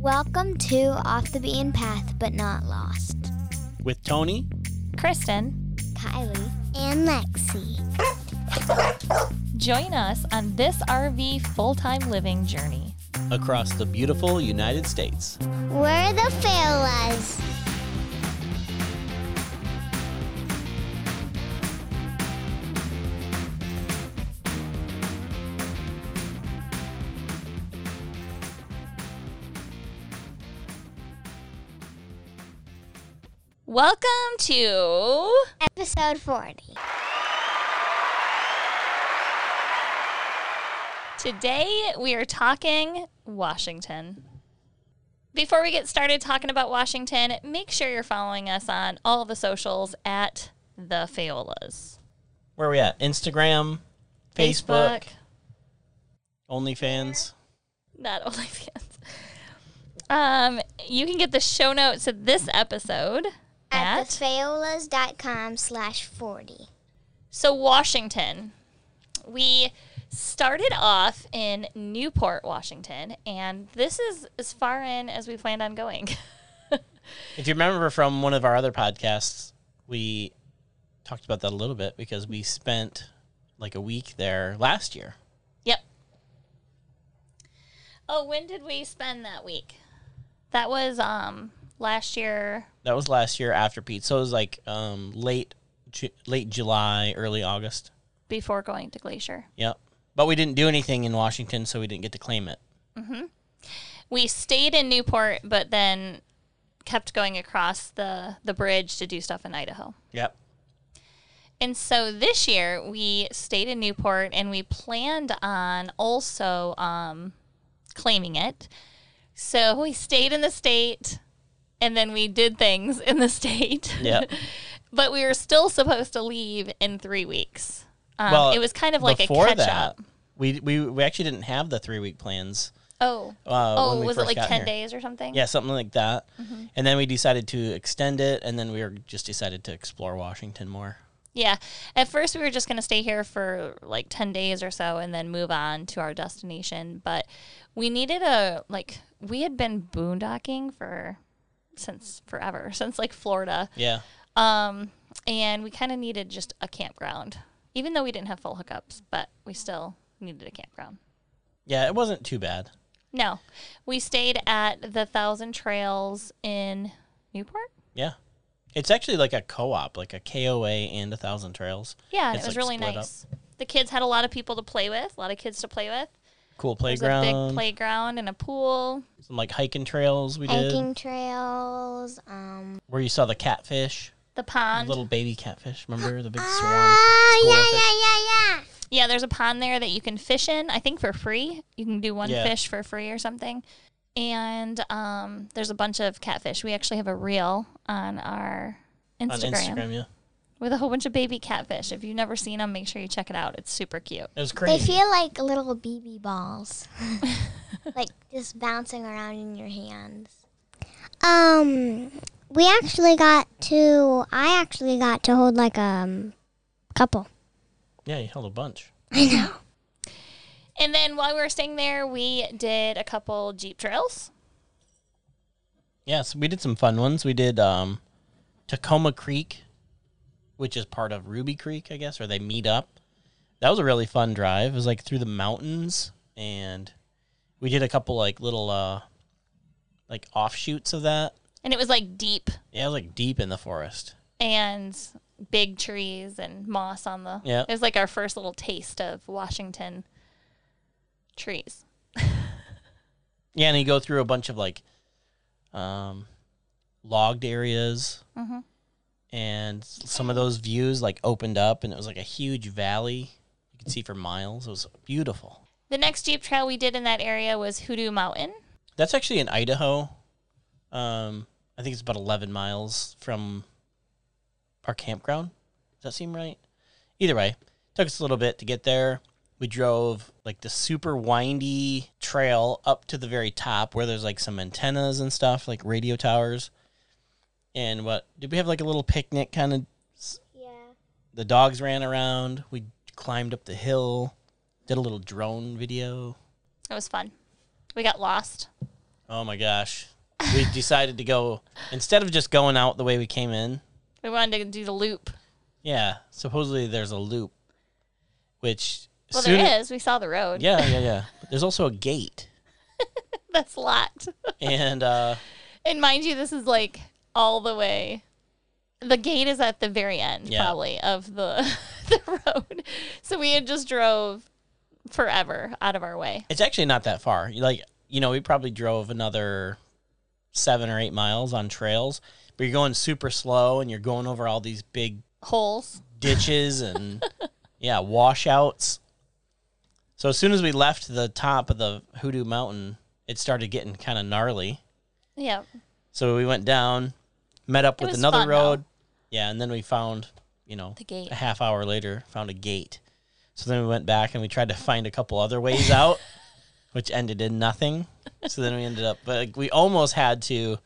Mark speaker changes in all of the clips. Speaker 1: Welcome to Off the Beaten Path But Not Lost.
Speaker 2: with Tony.
Speaker 3: Kristen,
Speaker 1: Kylie and Lexi.
Speaker 3: join us on this RV full time living journey.
Speaker 2: across the beautiful United States.
Speaker 1: We're the Fairlas.
Speaker 3: Welcome to
Speaker 1: Episode 40.
Speaker 3: today. We are talking Washington. Before we get started talking about Washington, make sure you're following us on all the socials at the Faolas.
Speaker 2: Where are we at? Instagram, Facebook, OnlyFans.
Speaker 3: not OnlyFans. Um, you can get the show notes of this episode
Speaker 1: At,
Speaker 3: at
Speaker 1: thefayolas.com slash 40.
Speaker 3: So, Washington. We started off in Newport, Washington, and this is as far in as we planned on going.
Speaker 2: If you remember from one of our other podcasts, we talked about that a little bit because we spent like a week there last year.
Speaker 3: yep. Oh, when did we spend that week? That was um last year.
Speaker 2: That was last year after Pete. So it was like um, late Ju- late July, early August.
Speaker 3: Before going to Glacier,
Speaker 2: Yep. But we didn't do anything in Washington, so we didn't get to claim it.
Speaker 3: we stayed in Newport, but then kept going across the the bridge to do stuff in Idaho.
Speaker 2: Yep.
Speaker 3: And so this year we stayed in Newport and we planned on also um, claiming it. So we stayed in the state and then we did things in the state.
Speaker 2: Yep.
Speaker 3: but we were still supposed to leave in three weeks. Um,
Speaker 2: Well,
Speaker 3: it was kind of like a
Speaker 2: Before
Speaker 3: catch
Speaker 2: that,
Speaker 3: up.
Speaker 2: we, we we actually didn't have the three week plans.
Speaker 3: Oh.
Speaker 2: Uh, when
Speaker 3: oh,
Speaker 2: we
Speaker 3: was it
Speaker 2: first
Speaker 3: like
Speaker 2: got
Speaker 3: 10
Speaker 2: here.
Speaker 3: days Mm-hmm. or something?
Speaker 2: Yeah, something like that. And then we decided to extend it, and then we were just decided to explore Washington more.
Speaker 3: Yeah. At first, we were just going to stay here for like 10 days or so and then move on to our destination. But we needed a, like, we had been boondocking for since forever, since like Florida.
Speaker 2: Yeah,
Speaker 3: Um, and we kind of needed just a campground, even though we didn't have full hookups, but we still needed a campground.
Speaker 2: yeah, it wasn't too bad.
Speaker 3: No, we stayed at the Thousand Trails in Newport.
Speaker 2: Yeah, it's actually like a co-op, like a KOA and a Thousand Trails.
Speaker 3: Yeah, and
Speaker 2: It's,
Speaker 3: it was
Speaker 2: like,
Speaker 3: really
Speaker 2: split up.
Speaker 3: nice. The kids had a lot of people to play with, a lot of kids to play with.
Speaker 2: Cool
Speaker 3: There's a
Speaker 2: playground,
Speaker 3: big playground and a pool.
Speaker 2: some like hiking trails we did,
Speaker 1: Hiking trails. Um,
Speaker 2: where you saw the catfish,
Speaker 3: The pond.
Speaker 2: little baby catfish. Remember the big swarm?
Speaker 3: Ah,
Speaker 1: oh, Ah, yeah, yeah, yeah, yeah.
Speaker 3: yeah, there's a pond there that you can fish in, I think for free. You can do one
Speaker 2: Yeah.
Speaker 3: fish for free or something. And um, there's a bunch of catfish. We actually have a reel on our
Speaker 2: On
Speaker 3: Instagram,
Speaker 2: Instagram, yeah,
Speaker 3: with a whole bunch of baby catfish. If you've never seen them, make sure you check it out. It's super cute.
Speaker 2: it was
Speaker 1: They
Speaker 2: crazy.
Speaker 1: feel like little BB balls, like just bouncing around in your hands. Um, we actually got to. I actually got to hold like a um, couple.
Speaker 2: yeah, you held a bunch.
Speaker 1: I know.
Speaker 3: And then while we were staying there, we did a couple Jeep trails.
Speaker 2: Yeah, so we did some fun ones. We did um, Tacoma Creek, which is part of Ruby Creek, I guess, where they meet up. That was a really fun drive. It was like through the mountains, and we did a couple like little uh, like offshoots of that.
Speaker 3: And it was like deep
Speaker 2: Yeah, it was like deep in the forest.
Speaker 3: and big trees and moss on the.
Speaker 2: Yeah.
Speaker 3: It was like our first little taste of Washington trees.
Speaker 2: Yeah, and you go through a bunch of like um, logged areas,
Speaker 3: Mhm.
Speaker 2: and s- some of those views like opened up, and it was like a huge valley you could see for miles. It was beautiful.
Speaker 3: The next Jeep trail we did in that area was Hoodoo Mountain.
Speaker 2: That's actually in Idaho. Um, I think it's about 11 miles from our campground. Does that seem right? Either way, took us a little bit to get there. We drove like the super windy trail up to the very top where there's like some antennas and stuff, like radio towers. And what did we have like a little picnic kind of?
Speaker 1: Yeah.
Speaker 2: The dogs ran around. We climbed up the hill, did a little drone video.
Speaker 3: It was fun. We got lost.
Speaker 2: Oh my gosh. We decided to go instead of just going out the way we came in.
Speaker 3: We wanted to do the loop.
Speaker 2: Yeah, supposedly there's a loop, which
Speaker 3: Well,
Speaker 2: soon-
Speaker 3: there is. We saw the road.
Speaker 2: Yeah, yeah, yeah. But there's also a gate,
Speaker 3: That's locked.
Speaker 2: and uh,
Speaker 3: And mind you, this is like all the way. The gate is at the very end,
Speaker 2: Yeah.
Speaker 3: probably, of the the road. So we had just drove forever out of our way.
Speaker 2: it's actually not that far. You Like you know, we probably drove another seven or eight miles on trails, but you're going super slow, and you're going over all these big
Speaker 3: Holes.
Speaker 2: ditches and yeah, washouts. So as soon as we left the top of the Hoodoo Mountain, it started getting kind of gnarly.
Speaker 3: Yeah.
Speaker 2: So we went down, met up
Speaker 3: It
Speaker 2: with
Speaker 3: was
Speaker 2: another
Speaker 3: fun, though.
Speaker 2: road. Yeah, and then we found, you know,
Speaker 3: The gate.
Speaker 2: a half hour later, found a gate. So then we went back and we tried to find a couple other ways out, which ended in nothing. So then we ended up, but like, we almost had to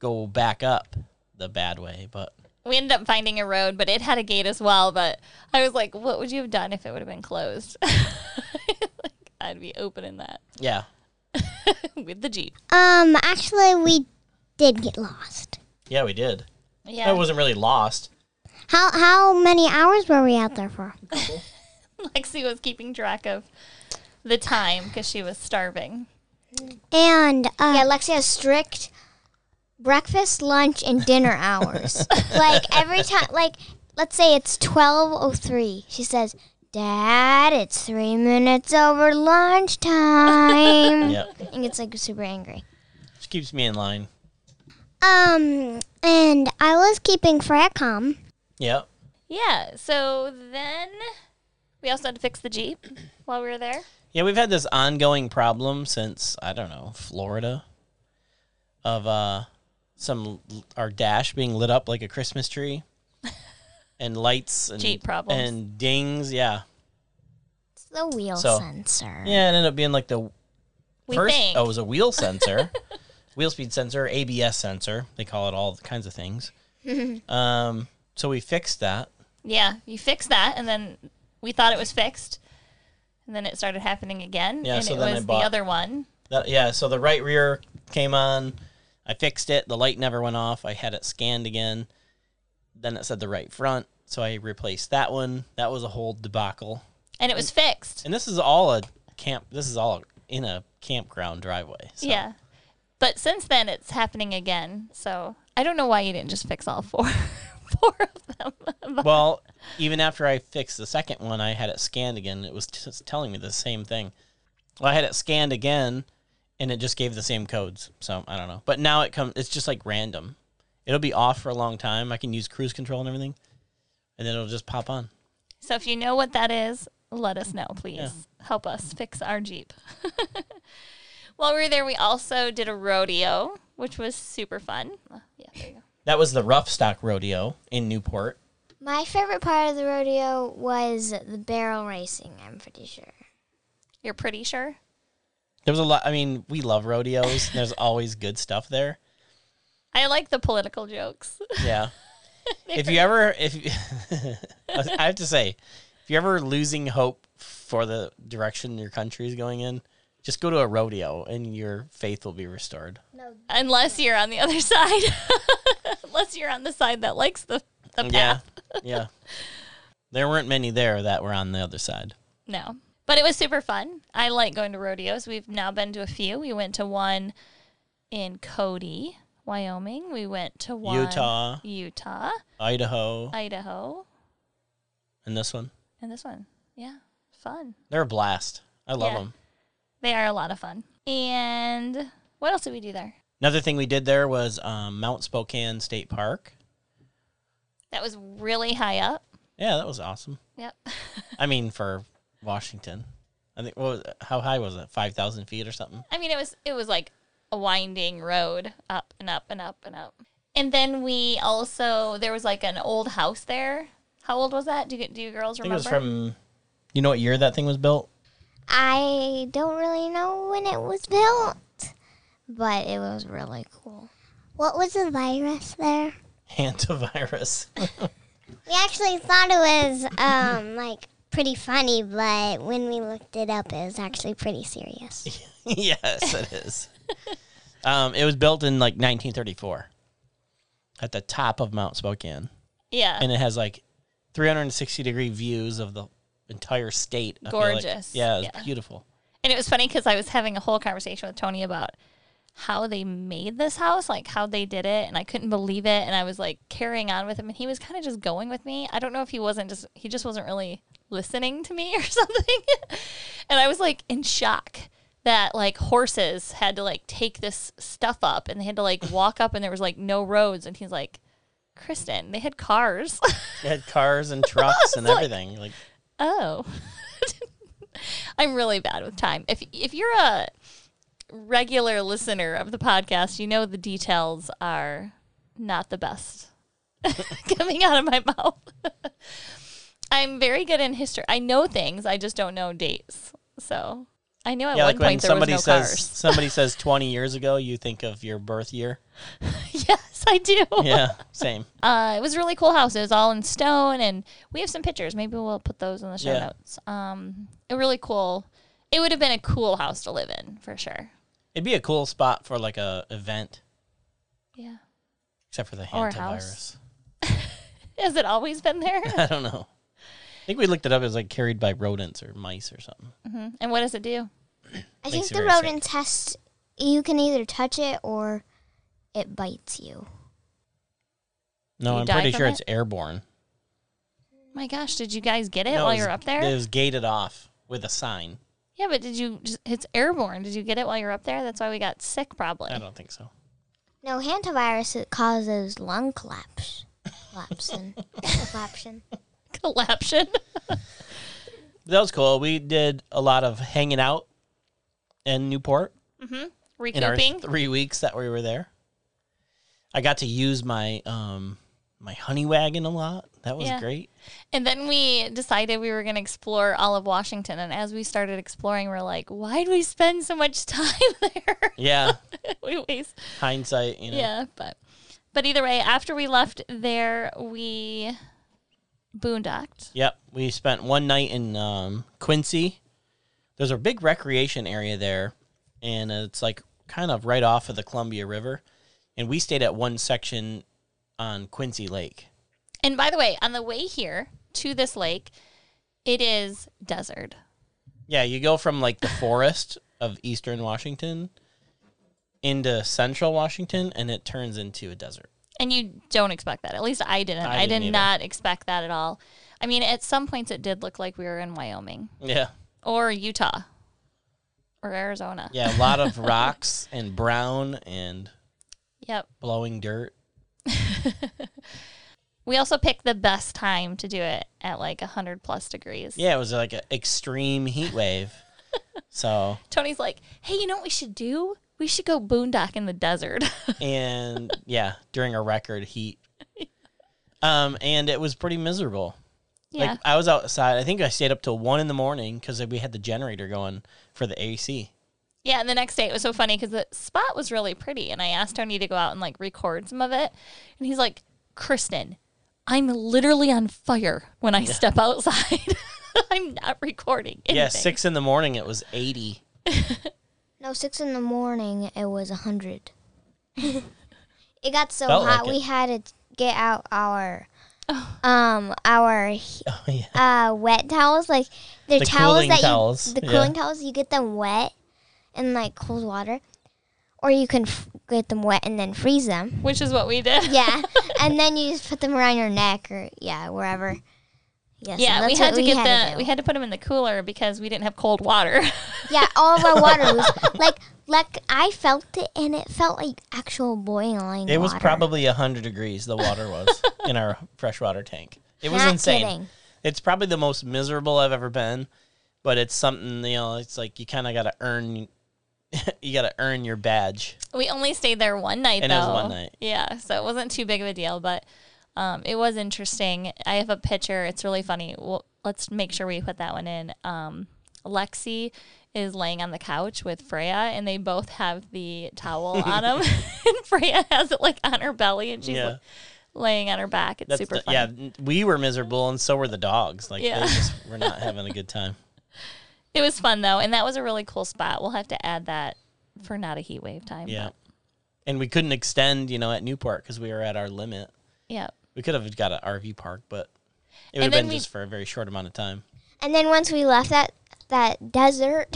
Speaker 2: go back up the bad way. But
Speaker 3: We ended up finding a road, but it had a gate as well. But I was like, what would you have done if it would have been closed? like, I'd be opening that
Speaker 2: yeah,
Speaker 3: with the Jeep.
Speaker 1: Um, actually, we did get lost.
Speaker 2: yeah, we did.
Speaker 3: Yeah.
Speaker 2: I wasn't really lost.
Speaker 1: How how many hours were we out there for?
Speaker 3: Lexi was keeping track of the time because she was starving.
Speaker 1: And uh,
Speaker 4: Yeah, Lexi has strict
Speaker 1: breakfast, lunch, and dinner hours. like every time, like let's say it's twelve oh three, she says, "Dad, it's three minutes over lunchtime,"
Speaker 3: Mm-hmm.
Speaker 2: Yeah,
Speaker 1: and gets like super angry.
Speaker 2: which keeps me in line.
Speaker 1: Um, and I was keeping Fracom.
Speaker 2: Yeah,
Speaker 3: Yeah. So then we also had to fix the Jeep while we were there.
Speaker 2: yeah, we've had this ongoing problem since I don't know Florida, of uh, some our dash being lit up like a Christmas tree, and lights and
Speaker 3: Jeep problems.
Speaker 2: and dings. Yeah,
Speaker 1: It's the wheel
Speaker 2: So-
Speaker 1: sensor.
Speaker 2: yeah, it ended up being like the
Speaker 3: We
Speaker 2: first.
Speaker 3: think.
Speaker 2: Oh, it was a wheel sensor, wheel speed sensor, ABS sensor. They call it all kinds of things. um, so we fixed that.
Speaker 3: Yeah. You fixed that. And then we thought it was fixed. And then it started happening again.
Speaker 2: Yeah,
Speaker 3: And
Speaker 2: so
Speaker 3: it
Speaker 2: then I
Speaker 3: was
Speaker 2: bought-
Speaker 3: the other one.
Speaker 2: That, yeah, so the right rear came on. I fixed it. The light never went off. I had it scanned again. Then it said the right front, so I replaced that one. That was a whole debacle.
Speaker 3: And it was fixed.
Speaker 2: And this is all a camp. This is all in a campground driveway. So.
Speaker 3: Yeah. But since then, it's happening again. So I don't know why you didn't just fix all four. Four of them. But
Speaker 2: Well, even after I fixed the second one, I had it scanned again. It was just telling me the same thing. Well, I had it scanned again, and it just gave the same codes. So I don't know. But now it comes. It's just like random. It'll be off for a long time. I can use cruise control and everything, and then it'll just pop on.
Speaker 3: so if you know what that is, let us know, please.
Speaker 2: Yeah.
Speaker 3: Help us fix our Jeep. While we were there, we also did a rodeo, which was super fun. Uh, Yeah, there you go.
Speaker 2: That was the Rough Stock Rodeo in Newport.
Speaker 1: My favorite part of the rodeo was the barrel racing. I'm pretty sure.
Speaker 3: You're pretty sure?
Speaker 2: There was a lot. I mean, we love rodeos. There's always good stuff there.
Speaker 3: I like the political jokes.
Speaker 2: Yeah. if you ever, if you- I have to say, if you're ever losing hope for the direction your country is going in, just go to a rodeo and your faith will be restored.
Speaker 3: Unless you're on the other side. Unless you're on the side that likes the, the path.
Speaker 2: Yeah. Yeah. There weren't many there that were on the other side.
Speaker 3: No. But it was super fun. I like going to rodeos. We've now been to a few. We went to one in Cody, Wyoming. We went to one
Speaker 2: Utah,
Speaker 3: Utah,
Speaker 2: Idaho,
Speaker 3: Idaho,
Speaker 2: and this one.
Speaker 3: and this one. Yeah. Fun.
Speaker 2: They're a blast. I love
Speaker 3: Yeah.
Speaker 2: them.
Speaker 3: They are a lot of fun. And what else did we do there?
Speaker 2: Another thing we did there was um, Mount Spokane State Park.
Speaker 3: That was really high up.
Speaker 2: Yeah, that was awesome.
Speaker 3: Yep.
Speaker 2: I mean, for Washington, I think what was it? how high was it? Five thousand feet or something?
Speaker 3: I mean, it was it was like a winding road up and up and up and up. And then we also there was like an old house there. How old was that? Do you, do you girls
Speaker 2: I think
Speaker 3: remember?
Speaker 2: it was from. You know what year that thing was built?
Speaker 1: I don't really know when it was built, but it was really cool. What was the virus there?
Speaker 2: Hantavirus.
Speaker 1: We actually thought it was um like pretty funny, but when we looked it up, it was actually pretty serious.
Speaker 2: yes, it is. Um, it was built in like 1934 at the top of Mount Spokane,
Speaker 3: Yeah.
Speaker 2: and it has like 360 degree views of the entire state. I feel like.
Speaker 3: Gorgeous.
Speaker 2: Yeah, it's
Speaker 3: Yeah.
Speaker 2: beautiful.
Speaker 3: And it was funny because I was having a whole conversation with Tony about how they made this house, like how they did it, and I couldn't believe it. And I was like carrying on with him, and he was kind of just going with me. I don't know if he wasn't just he just wasn't really listening to me or something. and I was like in shock that like horses had to like take this stuff up, and they had to like walk up, and there was like no roads. And he's like, Kristen, they had cars.
Speaker 2: It had cars and trucks and everything. Like,
Speaker 3: Oh. I'm really bad with time. If if you're a regular listener of the podcast, you know the details are not the best coming out of my mouth. I'm very good in history. I know things, I just don't know dates. So, I knew at
Speaker 2: yeah,
Speaker 3: one
Speaker 2: like when
Speaker 3: point there was
Speaker 2: somebody
Speaker 3: no
Speaker 2: says
Speaker 3: cars.
Speaker 2: somebody says 20 years ago, you think of your birth year.
Speaker 3: yes, I do.
Speaker 2: Yeah, same.
Speaker 3: Uh, it was a really cool house. It was all in stone, and we have some pictures. Maybe we'll put those in the show
Speaker 2: Yeah.
Speaker 3: notes. Um, a really cool. It would have been a cool house to live in for sure.
Speaker 2: It'd be a cool spot for like a event,
Speaker 3: Yeah.
Speaker 2: except for the
Speaker 3: Or a
Speaker 2: hantavirus.
Speaker 3: Has it always been there?
Speaker 2: I don't know. I think we looked it up. It was like carried by rodents or mice or something.
Speaker 3: Mm-hmm. and what does it do?
Speaker 1: I
Speaker 2: Makes
Speaker 1: think
Speaker 2: you
Speaker 1: the
Speaker 2: very sick.
Speaker 1: rodent test, you can either touch it or it bites you.
Speaker 2: No,
Speaker 3: You
Speaker 2: I'm
Speaker 3: die
Speaker 2: pretty
Speaker 3: from
Speaker 2: sure
Speaker 3: it?
Speaker 2: it's airborne.
Speaker 3: My gosh, did you guys get it
Speaker 2: No, it
Speaker 3: Eh, while
Speaker 2: was-
Speaker 3: you were up there?
Speaker 2: It was gated off with a sign.
Speaker 3: yeah, but did you? Just, it's airborne. Did you get it while you were up there? That's why we got sick, probably.
Speaker 2: I don't think so.
Speaker 1: No, hantavirus it causes lung collapse. Collapsin. Collapsin.
Speaker 3: Collapsion.
Speaker 2: But that was cool. We did a lot of hanging out in Newport in our
Speaker 3: Recouping.
Speaker 2: three weeks that we were there. I got to use my um my honey wagon a lot. That was
Speaker 3: Yeah.
Speaker 2: great.
Speaker 3: And then we decided we were going to explore all of Washington. And as we started exploring, we're like, why'd we spend so much time there?
Speaker 2: Yeah,
Speaker 3: we waste.
Speaker 2: hindsight. You know.
Speaker 3: Yeah, but but either way, after we left there, we boondocked.
Speaker 2: Yep. We spent one night in um, Quincy. There's a big recreation area there, and it's like kind of right off of the Columbia River. And we stayed at one section on Quincy Lake.
Speaker 3: And by the way, on the way here to this lake, it is desert.
Speaker 2: Yeah, you go from like the forest of eastern Washington into central Washington, and it turns into a desert.
Speaker 3: And you don't expect that. At least I didn't.
Speaker 2: I
Speaker 3: I,
Speaker 2: didn't
Speaker 3: did
Speaker 2: either.
Speaker 3: not expect that at all. I mean, at some points it did look like we were in Wyoming
Speaker 2: Yeah.
Speaker 3: or Utah or Arizona.
Speaker 2: Yeah, a lot of rocks and brown and
Speaker 3: Yep.
Speaker 2: blowing dirt.
Speaker 3: We also picked the best time to do it at like 100 plus degrees.
Speaker 2: Yeah, it was like an extreme heat wave. So,
Speaker 3: Tony's like, hey, you know what we should do? We should go boondock in the desert.
Speaker 2: and yeah, during a record heat. Um, and it was pretty miserable.
Speaker 3: yeah.
Speaker 2: Like I was outside. I think I stayed up till one in the morning because we had the generator going for the AC.
Speaker 3: yeah. And the next day it was so funny because the spot was really pretty. And I asked Tony to go out and like record some of it. And he's like, Kristen, I'm literally on fire when I step outside. I'm not recording. Anything.
Speaker 2: Yeah, six in the morning. It was eighty.
Speaker 1: No, six in the morning it was a hundred. it got so
Speaker 2: Felt
Speaker 1: hot
Speaker 2: like it.
Speaker 1: we had to get out our um our he-
Speaker 2: Oh yeah.
Speaker 1: uh wet towels like they're
Speaker 2: The
Speaker 1: towels
Speaker 2: cooling
Speaker 1: that
Speaker 2: towels,
Speaker 1: you the
Speaker 2: yeah.
Speaker 1: cooling towels you get them wet in like cold water or you can f- get them wet and then freeze them.
Speaker 3: Which is what we did.
Speaker 1: Yeah, and then you just put them around your neck or yeah, wherever. Yes,
Speaker 3: Yeah,
Speaker 1: that's
Speaker 3: we had
Speaker 1: what
Speaker 3: to get the
Speaker 1: do.
Speaker 3: we had to put them in the cooler because we didn't have cold water.
Speaker 1: yeah, all of our water was like like I felt it and it felt like actual boiling.
Speaker 2: It was
Speaker 1: water.
Speaker 2: probably 100 degrees, the water was, in our freshwater tank. It was
Speaker 1: Not
Speaker 2: insane.
Speaker 1: kidding.
Speaker 2: It's probably the most miserable I've ever been, but it's something, you know, it's like you kind of got to earn. You got to earn your badge.
Speaker 3: We only stayed there one night
Speaker 2: And it
Speaker 3: though.
Speaker 2: was one night.
Speaker 3: Yeah, so it wasn't too big of a deal, but um, it was interesting. I have a picture. It's really funny. Well, let's make sure we put that one in. Um, Lexi is laying on the couch with Freya, and they both have the towel on them. and Freya has it like on her belly, and she's
Speaker 2: Yeah.
Speaker 3: like, laying on her back. It's
Speaker 2: That's
Speaker 3: super
Speaker 2: the-
Speaker 3: funny.
Speaker 2: yeah, we were miserable, and so were the dogs. Like
Speaker 3: Yeah.
Speaker 2: they just were not having a good time.
Speaker 3: It was fun though, and that was a really cool spot. We'll have to add that for not a heat wave time.
Speaker 2: Yeah,
Speaker 3: but
Speaker 2: and we couldn't extend, you know, at Newport because we were at our limit.
Speaker 3: Yeah.
Speaker 2: We could have got an RV park, but it would have
Speaker 3: And
Speaker 2: been
Speaker 3: then we-
Speaker 2: just for a very short amount of time.
Speaker 1: And then once we left that that desert,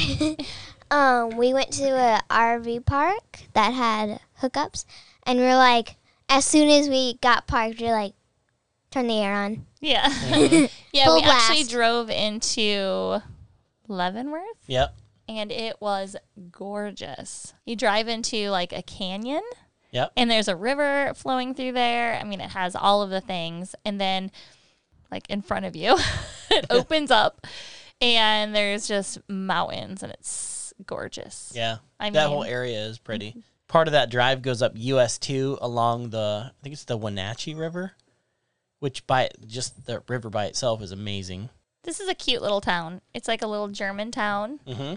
Speaker 1: um, we went to a RV park that had hookups, and we're like, as soon as we got parked, we're like, turn the air on.
Speaker 3: Yeah. yeah,
Speaker 1: Full
Speaker 3: we actually
Speaker 1: blast.
Speaker 3: drove into Leavenworth
Speaker 2: Yep.
Speaker 3: and it was gorgeous. You drive into like a canyon
Speaker 2: Yep.
Speaker 3: and there's a river flowing through there. I mean, it has all of the things. And then, like in front of you, it opens up and there's just mountains and it's gorgeous.
Speaker 2: Yeah.
Speaker 3: I
Speaker 2: that whole
Speaker 3: mean-
Speaker 2: area is pretty. Part of that drive goes up US two along the I think it's the Wenatchee River, which by just the river by itself is amazing.
Speaker 3: This is a cute little town. It's like a little German town.
Speaker 2: Mm-hmm.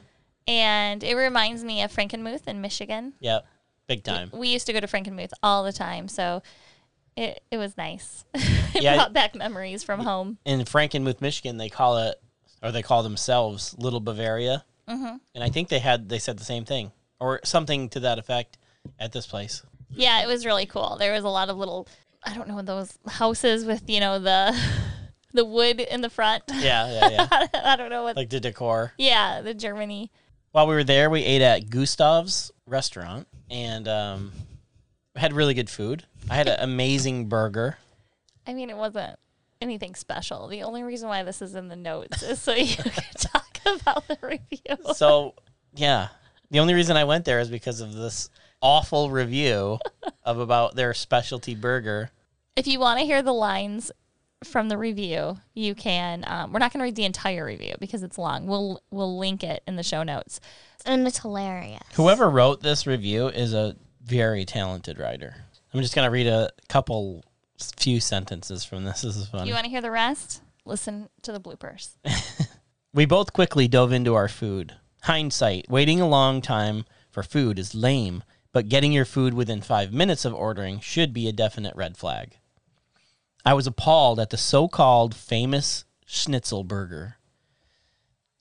Speaker 3: And it reminds me of Frankenmuth in Michigan.
Speaker 2: Yep. Big time.
Speaker 3: We used to go to Frankenmuth all the time. So it, it was nice. it
Speaker 2: Yeah.
Speaker 3: brought back memories from home.
Speaker 2: In Frankenmuth, Michigan, they call it or they call themselves Little Bavaria.
Speaker 3: Mhm.
Speaker 2: And I think they had they said the same thing or something to that effect at this place.
Speaker 3: Yeah, it was really cool. There was a lot of little I don't know those houses with, you know, the the wood in the front.
Speaker 2: Yeah, yeah, yeah.
Speaker 3: I don't know what
Speaker 2: like the decor.
Speaker 3: Yeah, the Germany.
Speaker 2: While we were there, we ate at Gustav's restaurant and um, had really good food. I had an amazing burger.
Speaker 3: I mean, it wasn't anything special. The only reason why this is in the notes is so you can talk about the review.
Speaker 2: So, yeah, the only reason I went there is because of this awful review of about their specialty burger.
Speaker 3: If you want to hear the lines from the review, you can. Um, we're not going to read the entire review because it's long. We'll we'll link it in the show notes.
Speaker 1: And it's hilarious.
Speaker 2: Whoever wrote this review is a very talented writer. I'm just gonna read a couple, few sentences from this. This is fun.
Speaker 3: You want to hear the rest? Listen to the bloopers.
Speaker 2: We both quickly dove into our food. Hindsight, waiting a long time for food is lame, but getting your food within five minutes of ordering should be a definite red flag. I was appalled at the so called famous schnitzel burger.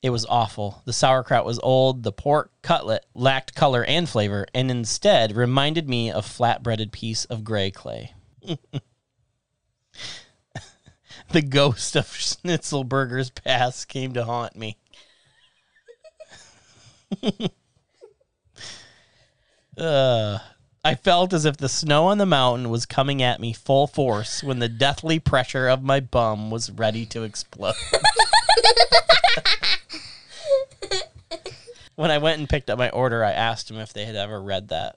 Speaker 2: It was awful. The sauerkraut was old, the pork cutlet lacked color and flavor, and instead reminded me of flatbreaded piece of gray clay. the ghost of Schnitzel Burger's past came to haunt me. uh, I felt as if the snow on the mountain was coming at me full force when the deathly pressure of my bum was ready to explode. when I went and picked up my order, I asked them if they had ever read that.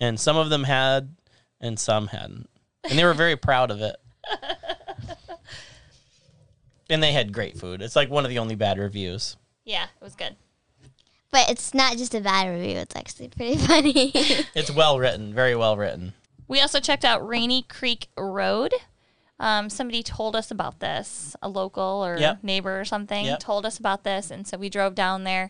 Speaker 2: And some of them had, and some hadn't. And they were very proud of it. And they had great food. It's like one of the only bad reviews.
Speaker 3: Yeah, it was good.
Speaker 1: But it's not just a bad review, it's actually pretty funny.
Speaker 2: It's well written, very well written.
Speaker 3: We also checked out Rainy Creek Road. Um, somebody told us about this, a local or
Speaker 2: Yep.
Speaker 3: neighbor or something
Speaker 2: Yep.
Speaker 3: told us about this. And so we drove down there,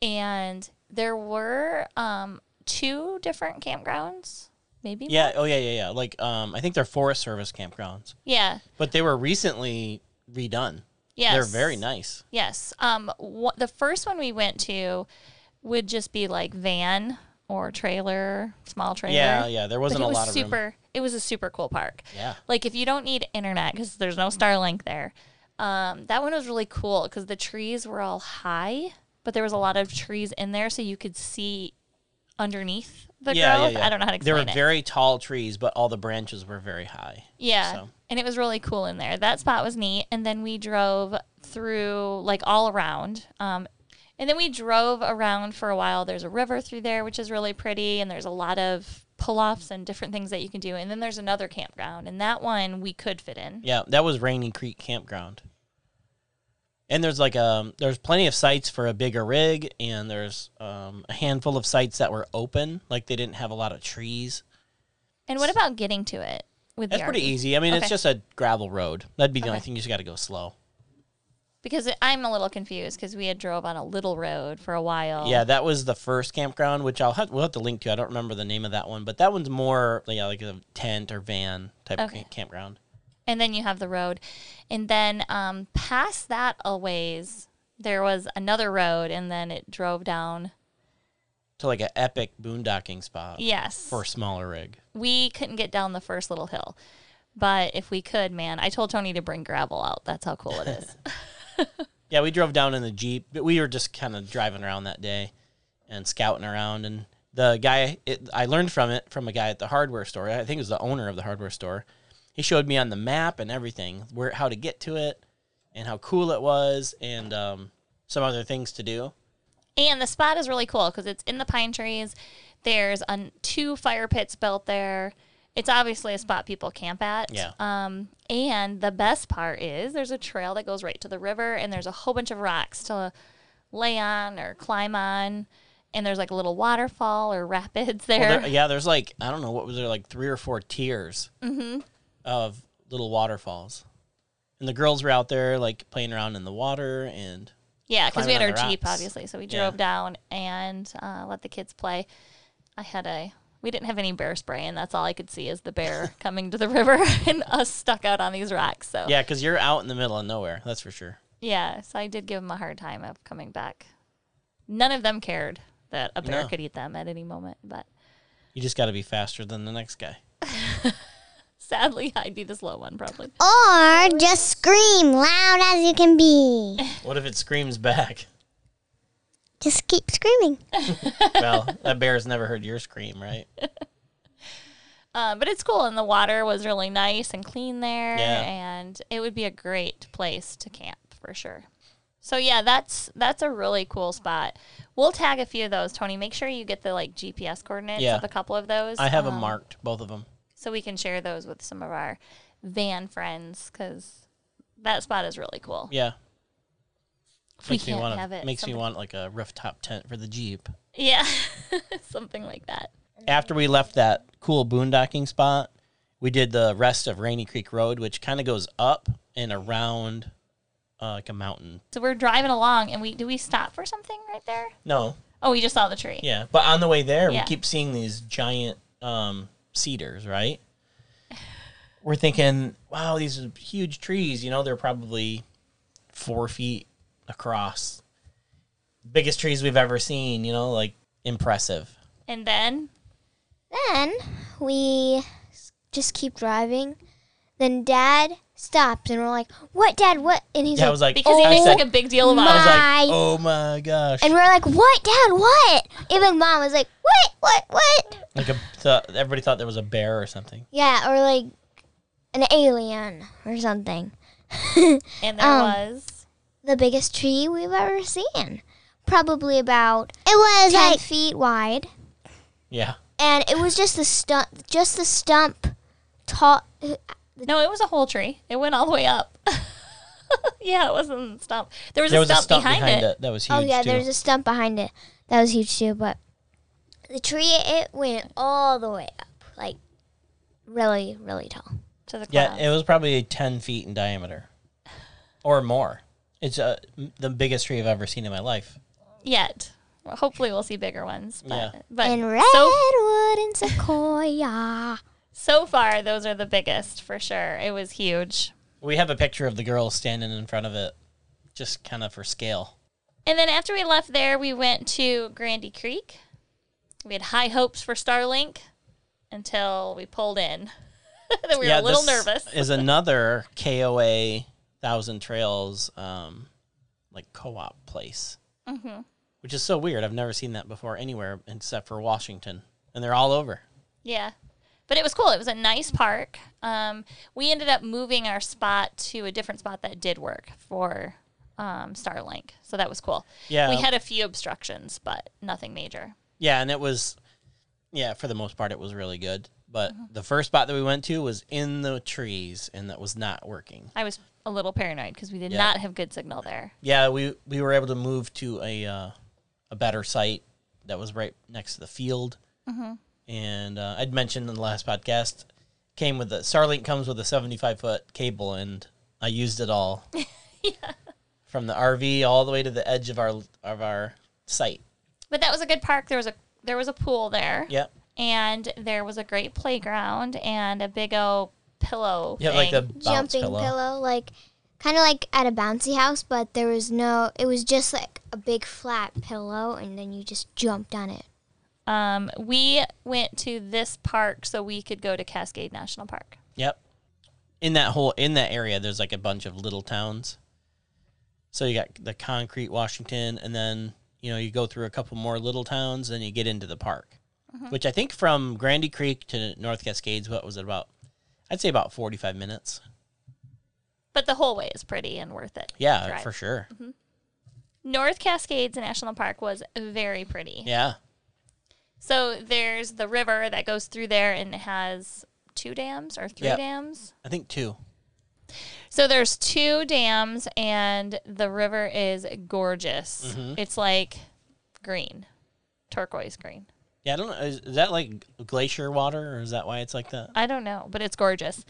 Speaker 3: and there were um, two different campgrounds, maybe. more?
Speaker 2: Yeah. Oh yeah, yeah, yeah. Like um, I think they're Forest Service campgrounds,
Speaker 3: Yeah.
Speaker 2: but they were recently redone.
Speaker 3: Yes.
Speaker 2: They're very nice.
Speaker 3: Yes. Um, wha- the first one we went to would just be like van or trailer, small trailer.
Speaker 2: Yeah, yeah. There
Speaker 3: But
Speaker 2: wasn't
Speaker 3: it
Speaker 2: a
Speaker 3: was
Speaker 2: lot of
Speaker 3: super.
Speaker 2: room.
Speaker 3: It was a super cool park.
Speaker 2: Yeah.
Speaker 3: like if you don't need internet because there's no Starlink there. Um, that one was really cool because the trees were all high, but there was a lot of trees in there, so you could see underneath the
Speaker 2: yeah,
Speaker 3: growth.
Speaker 2: yeah, yeah.
Speaker 3: I don't know how to
Speaker 2: There
Speaker 3: explain
Speaker 2: were
Speaker 3: it.
Speaker 2: very tall trees, but all the branches were very high.
Speaker 3: yeah,
Speaker 2: so.
Speaker 3: and it was really cool in there. That spot was neat, and then we drove through like all around. Um, and then we drove around for a while. There's a river through there, which is really pretty, and there's a lot of pull-offs and different things that you can do. And then there's another campground, and that one we could fit in.
Speaker 2: Yeah, that was Rainy Creek Campground. And there's like um there's plenty of sites for a bigger rig, and there's um, a handful of sites that were open, like they didn't have a lot of trees.
Speaker 3: And what about getting to it with
Speaker 2: That's
Speaker 3: the
Speaker 2: pretty
Speaker 3: RV?
Speaker 2: easy. I mean, it's
Speaker 3: Okay.
Speaker 2: just a gravel road. That'd be the only
Speaker 3: Okay.
Speaker 2: thing. You just got to go slow.
Speaker 3: Because it- I'm a little confused because we had drove on a little road for a while.
Speaker 2: Yeah, that was the first campground, which I'll have, we'll have to link to. I don't remember the name of that one, but that one's more yeah, like a tent or van type of
Speaker 3: Okay.
Speaker 2: ca- campground.
Speaker 3: And then you have the road. And then um, past that a ways, there was another road and then it drove down
Speaker 2: to like an epic boondocking spot
Speaker 3: Yes.
Speaker 2: for a smaller rig.
Speaker 3: We couldn't get down the first little hill. But if we could, man, I told Tony to bring gravel out. That's how cool it is.
Speaker 2: Yeah, we drove down in the Jeep, but we were just kind of driving around that day and scouting around. And the guy, it, I learned from it from a guy at the hardware store. I think it was the owner of the hardware store. He showed me on the map and everything where how to get to it and how cool it was and um, some other things to do.
Speaker 3: and the spot is really cool because it's in the pine trees. There's an, two fire pits built there. It's obviously a spot people camp at.
Speaker 2: Yeah.
Speaker 3: Um, and the best part is there's a trail that goes right to the river, and there's a whole bunch of rocks to lay on or climb on. And there's like a little waterfall or rapids there.
Speaker 2: Well, there- yeah, there's like I don't know what was there like three or four tiers of little waterfalls, and the girls were out there like playing around in the water and
Speaker 3: Yeah, because we had
Speaker 2: climbing
Speaker 3: our
Speaker 2: on the
Speaker 3: Jeep,
Speaker 2: rocks.
Speaker 3: obviously. So we
Speaker 2: Yeah.
Speaker 3: drove down and uh, let the kids play. I had a, we didn't have any bear spray, and that's all I could see is the bear coming to the river and us stuck out on these rocks. So,
Speaker 2: yeah, because you're out in the middle of nowhere, that's for sure.
Speaker 3: yeah, so I did give them a hard time of coming back. None of them cared that a bear
Speaker 2: No.
Speaker 3: could eat them at any moment, but
Speaker 2: You just got to be faster than the next guy.
Speaker 3: sadly, I'd be the slow one probably.
Speaker 1: Or just scream loud as you can be.
Speaker 2: What if it screams back?
Speaker 1: Just keep screaming.
Speaker 2: well, that bear's never heard your scream, right?
Speaker 3: Uh, but it's cool, and the water was really nice and clean there,
Speaker 2: Yeah.
Speaker 3: and it would be a great place to camp for sure. So yeah, that's that's a really cool spot. We'll tag a few of those, Tony. Make sure you get the like GPS coordinates
Speaker 2: Yeah.
Speaker 3: of a couple of those.
Speaker 2: I have
Speaker 3: um,
Speaker 2: them marked, both of them.
Speaker 3: so we can share those with some of our van friends because that spot is really cool.
Speaker 2: Yeah.
Speaker 3: If we
Speaker 2: Makes me
Speaker 3: can't
Speaker 2: want
Speaker 3: have it,
Speaker 2: makes
Speaker 3: somebody- Mm-hmm.
Speaker 2: me want like a rooftop tent for the Jeep.
Speaker 3: yeah, something like that.
Speaker 2: After we left that cool boondocking spot, we did the rest of Rainy Creek Road, which kind of goes up and around uh, like a mountain.
Speaker 3: So we're driving along, and we do we stop for something right there?
Speaker 2: No.
Speaker 3: Oh, we just saw the tree.
Speaker 2: Yeah, but on the way there,
Speaker 3: Yeah.
Speaker 2: we keep seeing these giant um, cedars, right? We're thinking, wow, these are huge trees. You know, they're probably four feet across. Biggest trees we've ever seen, you know, like impressive.
Speaker 3: And then
Speaker 1: Then we s- just keep driving. Then Dad stops and we're like, "What, Dad? What?" And he's
Speaker 2: Yeah, I
Speaker 1: like,
Speaker 2: was like,
Speaker 3: because he
Speaker 2: I
Speaker 3: makes
Speaker 2: said-
Speaker 3: like a big deal about
Speaker 2: I was
Speaker 3: it.
Speaker 1: "Hi."
Speaker 2: like, oh my gosh.
Speaker 1: and we're like, "What, Dad? What?" Even Mom was like, "What? What? What?"
Speaker 2: like a, th- everybody thought there was a bear or something.
Speaker 1: Yeah, or like an alien or something.
Speaker 3: And there
Speaker 1: Um,
Speaker 3: was
Speaker 1: The biggest tree we've ever seen, probably about it was ten feet wide.
Speaker 2: Yeah.
Speaker 1: and it was just the stump, just the stump, tall. oh
Speaker 3: no, it was a whole tree. It went all the way up. yeah, it wasn't a stump. There was
Speaker 2: There
Speaker 3: a
Speaker 2: was
Speaker 3: stump,
Speaker 2: a stump
Speaker 3: behind,
Speaker 2: behind,
Speaker 3: it.
Speaker 2: it. that was huge.
Speaker 1: Oh yeah,
Speaker 2: too.
Speaker 1: there's a stump behind it. That was huge too. But the tree, it went all the way up, like really, really tall.
Speaker 3: to the
Speaker 2: Yeah,
Speaker 3: cloud.
Speaker 2: it was probably 10 feet in diameter or more. It's uh, m- the biggest tree I've ever seen in my life.
Speaker 3: Yet, Well, hopefully, we'll see bigger ones. But,
Speaker 2: Yeah.
Speaker 3: but
Speaker 1: and redwood
Speaker 3: so
Speaker 1: and sequoia.
Speaker 3: so far, those are the biggest for sure. It was huge.
Speaker 2: We have a picture of the girl standing in front of it, just kind of for scale.
Speaker 3: And then after we left there, we went to Grandy Creek. We had high hopes for Starlink until we pulled in. then we were a little
Speaker 2: this
Speaker 3: nervous.
Speaker 2: Is another KOA Thousand Trails um, like co-op place,
Speaker 3: Mm-hmm.
Speaker 2: which is so weird. I've never seen that before anywhere except for Washington, and they're all over.
Speaker 3: Yeah. But it was cool. It was a nice park. Um, we ended up moving our spot to a different spot that did work for um, Starlink. So that was cool.
Speaker 2: Yeah,
Speaker 3: We had a few obstructions, but nothing major.
Speaker 2: Yeah, and it was, yeah, for the most part, it was really good. But the first spot that we went to was in the trees, and that was not working.
Speaker 3: I was a little paranoid because we did
Speaker 2: Yeah.
Speaker 3: not have good signal there.
Speaker 2: Yeah, we we were able to move to a uh, a better site that was right next to the field. And uh, I'd mentioned in the last podcast, came with the Starlink comes with a seventy five foot cable, and I used it all from the RV all the way to the edge of our of our site.
Speaker 3: But that was a good park. There was a there was a pool there,
Speaker 2: Yep,
Speaker 3: and there was a great playground and a big old pillow.
Speaker 2: you have like the
Speaker 3: thing.
Speaker 2: bounce
Speaker 1: Jumping
Speaker 2: pillow.
Speaker 1: pillow, like kind of like at a bouncy house, but there was no. It was just like a big flat pillow, and then you just jumped on it.
Speaker 3: Um, we went to this park so we could go to Cascade National Park.
Speaker 2: Yep. In that whole in that area, there's like a bunch of little towns. So you got the concrete Washington, and then you know you go through a couple more little towns, then you get into the park, which I think from Grandy Creek to North Cascades, what was it about? I'd say about forty-five minutes.
Speaker 3: But the whole way is pretty and worth it.
Speaker 2: Yeah,
Speaker 3: Drive.
Speaker 2: for sure.
Speaker 3: North Cascades National Park was very pretty.
Speaker 2: Yeah,
Speaker 3: So there's the river that goes through there and it has two dams or three
Speaker 2: Yep.
Speaker 3: dams.
Speaker 2: I think two.
Speaker 3: So there's two dams and the river is gorgeous.
Speaker 2: Mm-hmm.
Speaker 3: It's like green, turquoise green.
Speaker 2: Yeah, I don't know. Is, is that like glacier water, or is that why it's like that?
Speaker 3: I don't know, but it's gorgeous.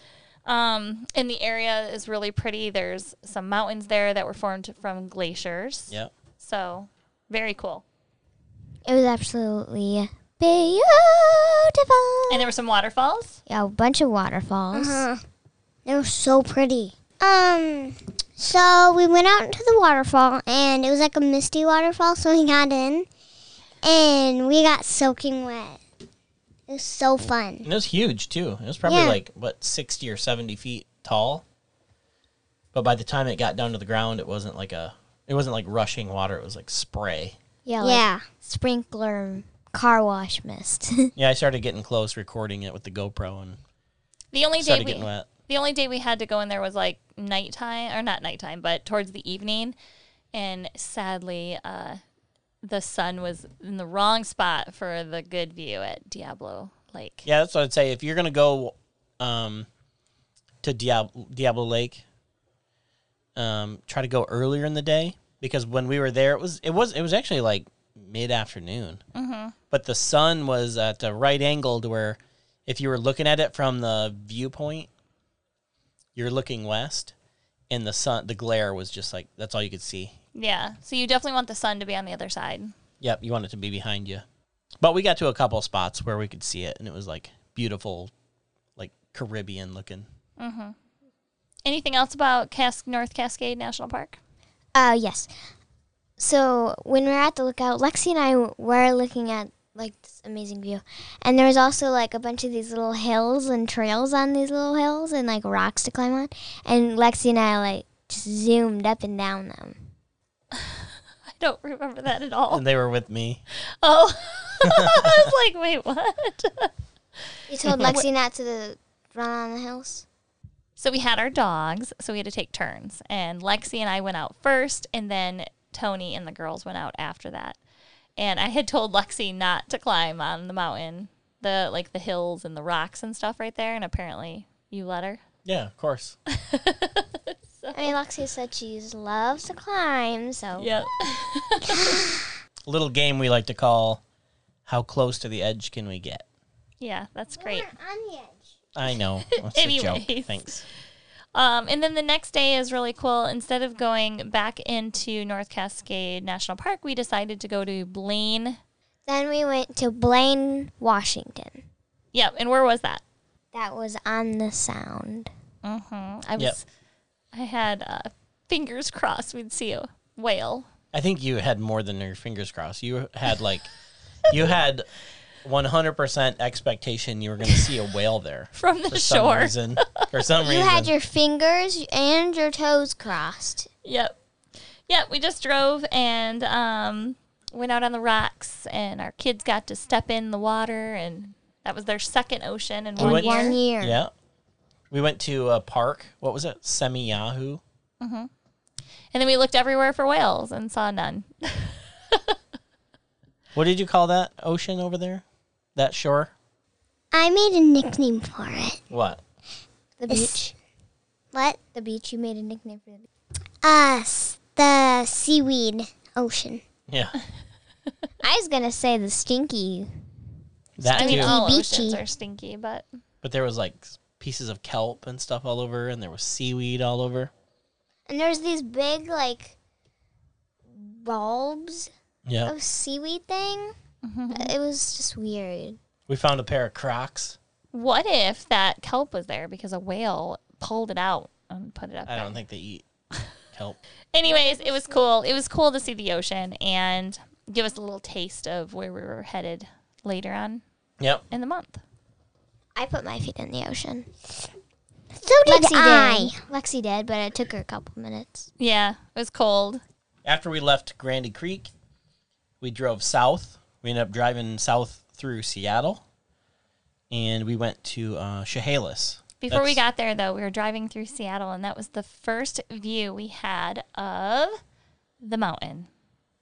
Speaker 3: Um, and the area is really pretty. There's some mountains there that were formed from glaciers.
Speaker 2: Yep.
Speaker 3: So very cool.
Speaker 1: It was absolutely beautiful.
Speaker 3: And there were some waterfalls.
Speaker 4: Yeah, a bunch of waterfalls.
Speaker 1: They were so pretty. Um, so we went out into the waterfall, and it was like a misty waterfall. So we got in, and we got soaking wet. It was so fun.
Speaker 2: And it was huge too. It was probably
Speaker 1: Yeah.
Speaker 2: like what sixty or seventy feet tall. But by the time it got down to the ground, it wasn't like a it wasn't like rushing water. It was like spray.
Speaker 4: Yeah, like
Speaker 1: yeah,
Speaker 4: sprinkler car wash mist.
Speaker 2: Yeah, I started getting close recording it with the GoPro and
Speaker 3: The only day
Speaker 2: started
Speaker 3: we
Speaker 2: getting wet.
Speaker 3: the only day we had to go in there was like nighttime or not nighttime, but towards the evening. And sadly, uh, the sun was in the wrong spot for the good view at Diablo Lake.
Speaker 2: Yeah, that's what I'd say. If you're gonna go um, to Diablo, Diablo Lake, um, try to go earlier in the day because when we were there, it was it was it was actually like mid afternoon. Mm-hmm. But the sun was at the right angle to where, if you were looking at it from the viewpoint, you're looking west, and the sun the glare was just like that's all you could see.
Speaker 3: Yeah. So you definitely want the sun to be on the other side.
Speaker 2: Yep, you want it to be behind you. But we got to a couple spots where we could see it, and it was like beautiful, like Caribbean looking.
Speaker 3: Anything else about Cas- North Cascade National Park?
Speaker 4: uh, yes. So when we were at the lookout, Lexi and I were looking at like this amazing view, and there was also like a bunch of these little hills and trails on these little hills and like rocks to climb on, and Lexi and I like just zoomed up and down them.
Speaker 3: I don't remember that at all.
Speaker 2: And they were with me.
Speaker 3: Oh, I was like, wait, what?
Speaker 4: You told Lexi not to the run on the hills.
Speaker 3: So we had our dogs, so we had to take turns. And Lexi and I went out first, and then Tony and the girls went out after that. And I had told Lexi not to climb on the mountain, the like the hills and the rocks and stuff right there, and apparently you let her.
Speaker 2: Yeah, of course.
Speaker 4: I mean, Lexi said she loves to climb, so
Speaker 3: Yeah.
Speaker 2: A little game we like to call How Close to the Edge Can We Get?
Speaker 3: Yeah, that's great.
Speaker 1: on the edge.
Speaker 2: I know. That's a joke.
Speaker 3: Anyways.
Speaker 2: Thanks.
Speaker 3: Um, and then the next day is really cool. Instead of going back into North Cascade National Park, we decided to go to Blaine.
Speaker 4: Then we went to Blaine, Washington.
Speaker 3: Yep. And where was that?
Speaker 4: That was on the sound.
Speaker 3: Mm-hmm. I was,
Speaker 2: Yep.
Speaker 3: I had uh, fingers crossed we'd see a whale.
Speaker 2: I think you had more than your fingers crossed. You had like, you had 100% expectation you were going to see a whale there.
Speaker 3: from the
Speaker 2: For some
Speaker 3: shore.
Speaker 2: reason. For some
Speaker 4: You
Speaker 2: reason.
Speaker 4: had your fingers and your toes crossed.
Speaker 3: Yep. Yep. We just drove and um, went out on the rocks, and our kids got to step in the water, and that was their second ocean in
Speaker 2: We
Speaker 3: one
Speaker 2: went-
Speaker 3: year.
Speaker 4: One year.
Speaker 2: yeah. We went to a park. What was it? Semi Yahoo.
Speaker 3: And then we looked everywhere for whales and saw none.
Speaker 2: What did you call that ocean over there? That shore?
Speaker 1: I made a nickname for it.
Speaker 2: What?
Speaker 4: The
Speaker 1: It's-
Speaker 4: beach.
Speaker 1: What?
Speaker 4: The beach. You made a nickname for the beach.
Speaker 1: Uh, s- the seaweed ocean.
Speaker 2: Yeah.
Speaker 4: I was gonna say the stinky.
Speaker 2: That
Speaker 3: I mean,
Speaker 2: too.
Speaker 3: all
Speaker 1: Beachy.
Speaker 3: oceans are stinky, but
Speaker 2: but there was like pieces of kelp and stuff all over, and there was seaweed all over.
Speaker 4: And there's these big like bulbs
Speaker 2: Yeah.
Speaker 1: Oh.
Speaker 4: of seaweed thing.
Speaker 1: Mm-hmm.
Speaker 4: Uh, It was just weird.
Speaker 2: We found a pair of Crocs.
Speaker 3: what if that kelp was there because a whale pulled it out and put it up
Speaker 2: I
Speaker 3: there?
Speaker 2: don't think they eat kelp.
Speaker 3: Anyways, it was cool. It was cool to see the ocean and give us a little taste of where we were headed later on
Speaker 2: Yep.
Speaker 3: in the month.
Speaker 4: I put my feet in the ocean.
Speaker 1: So did
Speaker 4: Lexi
Speaker 1: I.
Speaker 4: did. Lexi did, but it took her a couple minutes.
Speaker 3: Yeah, it was cold.
Speaker 2: After we left Grandy Creek, we drove south. We ended up driving south through Seattle, and we went to uh, Chehalis.
Speaker 3: Before we
Speaker 2: That's-
Speaker 3: got there, though, we were driving through Seattle, and that was the first view we had of the mountain,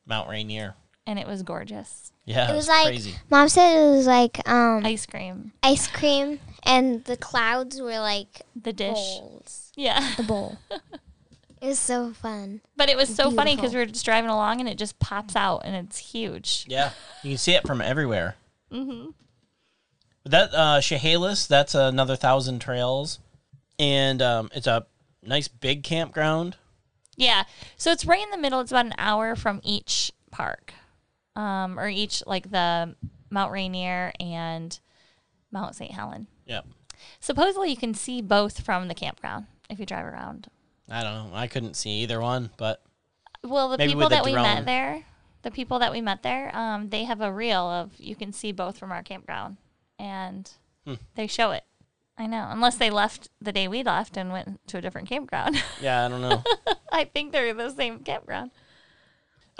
Speaker 2: Mount Rainier.
Speaker 3: and it was gorgeous.
Speaker 2: Yeah, it,
Speaker 4: It was
Speaker 2: was,
Speaker 4: like-
Speaker 2: crazy.
Speaker 4: Mom said it was like um
Speaker 3: Ice cream,
Speaker 4: ice cream, and the clouds were like
Speaker 3: the dish,
Speaker 4: bowls.
Speaker 3: yeah.
Speaker 4: The bowl. it was so fun.
Speaker 3: But it was so funny
Speaker 4: Beautiful.
Speaker 3: because we were just driving along, and it just pops out, and it's huge.
Speaker 2: Yeah, you can see it from everywhere. Mm-hmm. That uh, Chehalis, that's another thousand trails, and um, it's a nice big campground.
Speaker 3: Yeah. So it's right in the middle. It's about an hour from each park, um, or each like the Mount Rainier and Mount St. Helen.
Speaker 2: Yep.
Speaker 3: Supposedly, you can see both from the campground if you drive around.
Speaker 2: I don't know. I couldn't see either one, but
Speaker 3: Well, the
Speaker 2: Maybe
Speaker 3: people
Speaker 2: with a
Speaker 3: that we
Speaker 2: drone.
Speaker 3: met there, the people that we met there, um, they have a reel of you can see both from our campground, and
Speaker 2: Hmm.
Speaker 3: they show it. I know, unless they left the day we left and went to a different campground.
Speaker 2: yeah, I don't know.
Speaker 3: I think they're the same campground.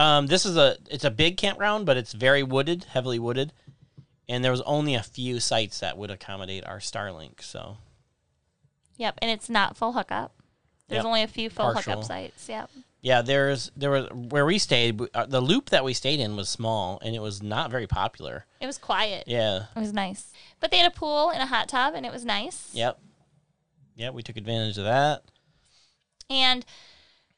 Speaker 2: Um, this is a it's a big campground, but it's very wooded, heavily wooded, and there was only a few sites that would accommodate our Starlink. So
Speaker 3: Yep, and it's not full hookup. There's
Speaker 2: Yep.
Speaker 3: only a few full
Speaker 2: Partial.
Speaker 3: hookup sites. Yep.
Speaker 2: yeah, there's there was where we stayed. w- uh, The loop that we stayed in was small, and it was not very popular.
Speaker 3: It was quiet.
Speaker 2: Yeah,
Speaker 3: It was nice. But they had a pool and a hot tub, and it was nice.
Speaker 2: yep, yeah, we took advantage of that.
Speaker 3: And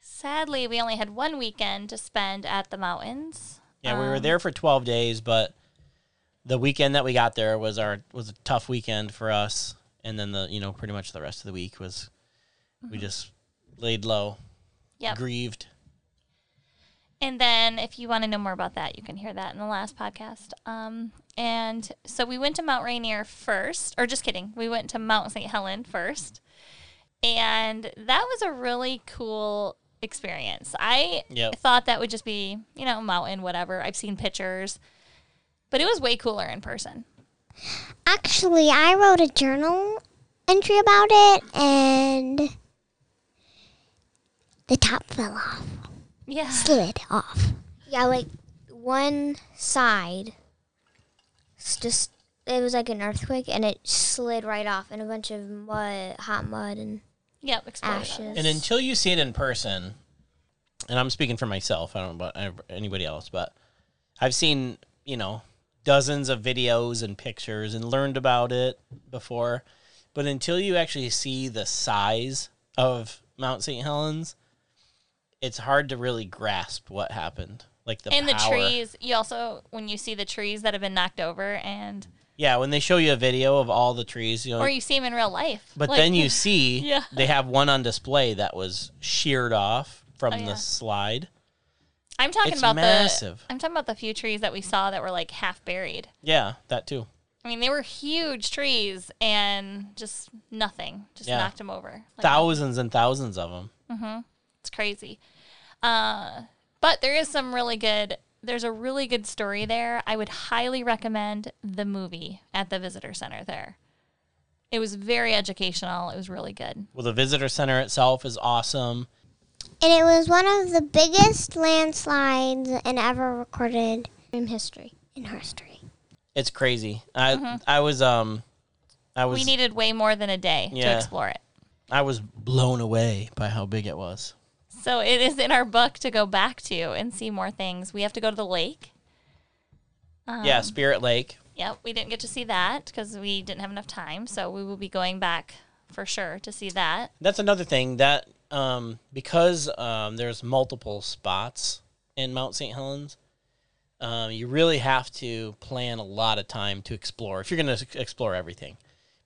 Speaker 3: sadly, we only had one weekend to spend at the mountains.
Speaker 2: Yeah, we were
Speaker 3: Um,
Speaker 2: there for twelve days, but the weekend that we got there was our was a tough weekend for us. And then the you know pretty much the rest of the week was we just laid low,
Speaker 3: Yep.
Speaker 2: grieved.
Speaker 3: And then, if you want to know more about that, you can hear that in the last podcast. Um, and so we went to Mount Rainier first, or just kidding, we went to Mount St. Helen first, and that was a really cool experience. I
Speaker 2: Yep.
Speaker 3: thought that would just be, you know, mountain, whatever. I've seen pictures, but it was way cooler in person.
Speaker 1: Actually, I wrote a journal entry about it and the top fell off,
Speaker 3: Yeah,
Speaker 1: slid off.
Speaker 4: Yeah, like one side s- just it was like an earthquake and it slid right off and a bunch of mud, hot mud and
Speaker 3: yep, explosion.
Speaker 4: ashes.
Speaker 2: And until you see it in person, and I'm speaking for myself, I don't know about ev- anybody else, but I've seen, you know, dozens of videos and pictures and learned about it before. But until you actually see the size of Mount St. Helens, it's hard to really grasp what happened. Like the
Speaker 3: And the
Speaker 2: power.
Speaker 3: trees, you also when you see the trees that have been knocked over, and
Speaker 2: Yeah, when they show you a video of all the trees, you know,
Speaker 3: or you see them in real life.
Speaker 2: But
Speaker 3: Like-
Speaker 2: then you see
Speaker 3: Yeah.
Speaker 2: they have one on display that was sheared off from
Speaker 3: Oh,
Speaker 2: the
Speaker 3: yeah.
Speaker 2: slide.
Speaker 3: I'm talking
Speaker 2: It's
Speaker 3: about
Speaker 2: massive.
Speaker 3: the I'm talking about the few trees that we saw that were like half buried.
Speaker 2: Yeah, that too.
Speaker 3: I mean, they were huge trees and just nothing, just
Speaker 2: Yeah.
Speaker 3: knocked them over. Like,
Speaker 2: Thousands and thousands of them.
Speaker 3: it's crazy. Uh, but there is some really good. There's a really good story there. I would highly recommend the movie at the visitor center there. It was very educational. It was really good.
Speaker 2: Well, the visitor center itself is awesome.
Speaker 1: And it was one of the biggest landslides in ever recorded
Speaker 4: in history.
Speaker 1: in history.
Speaker 2: It's crazy. I I was um I was
Speaker 3: Mm-hmm. We needed way more than a day
Speaker 2: Yeah.
Speaker 3: to explore it.
Speaker 2: I was blown away by how big it was.
Speaker 3: So it is in our book to go back to and see more things. We have to go to the lake. Um.
Speaker 2: yeah, Spirit Lake.
Speaker 3: Yep, we didn't get to see that because we didn't have enough time. So we will be going back for sure to see that.
Speaker 2: That's another thing that um, because um, there's multiple spots in Mount St. Helens, um, you really have to plan a lot of time to explore if you're going to explore everything,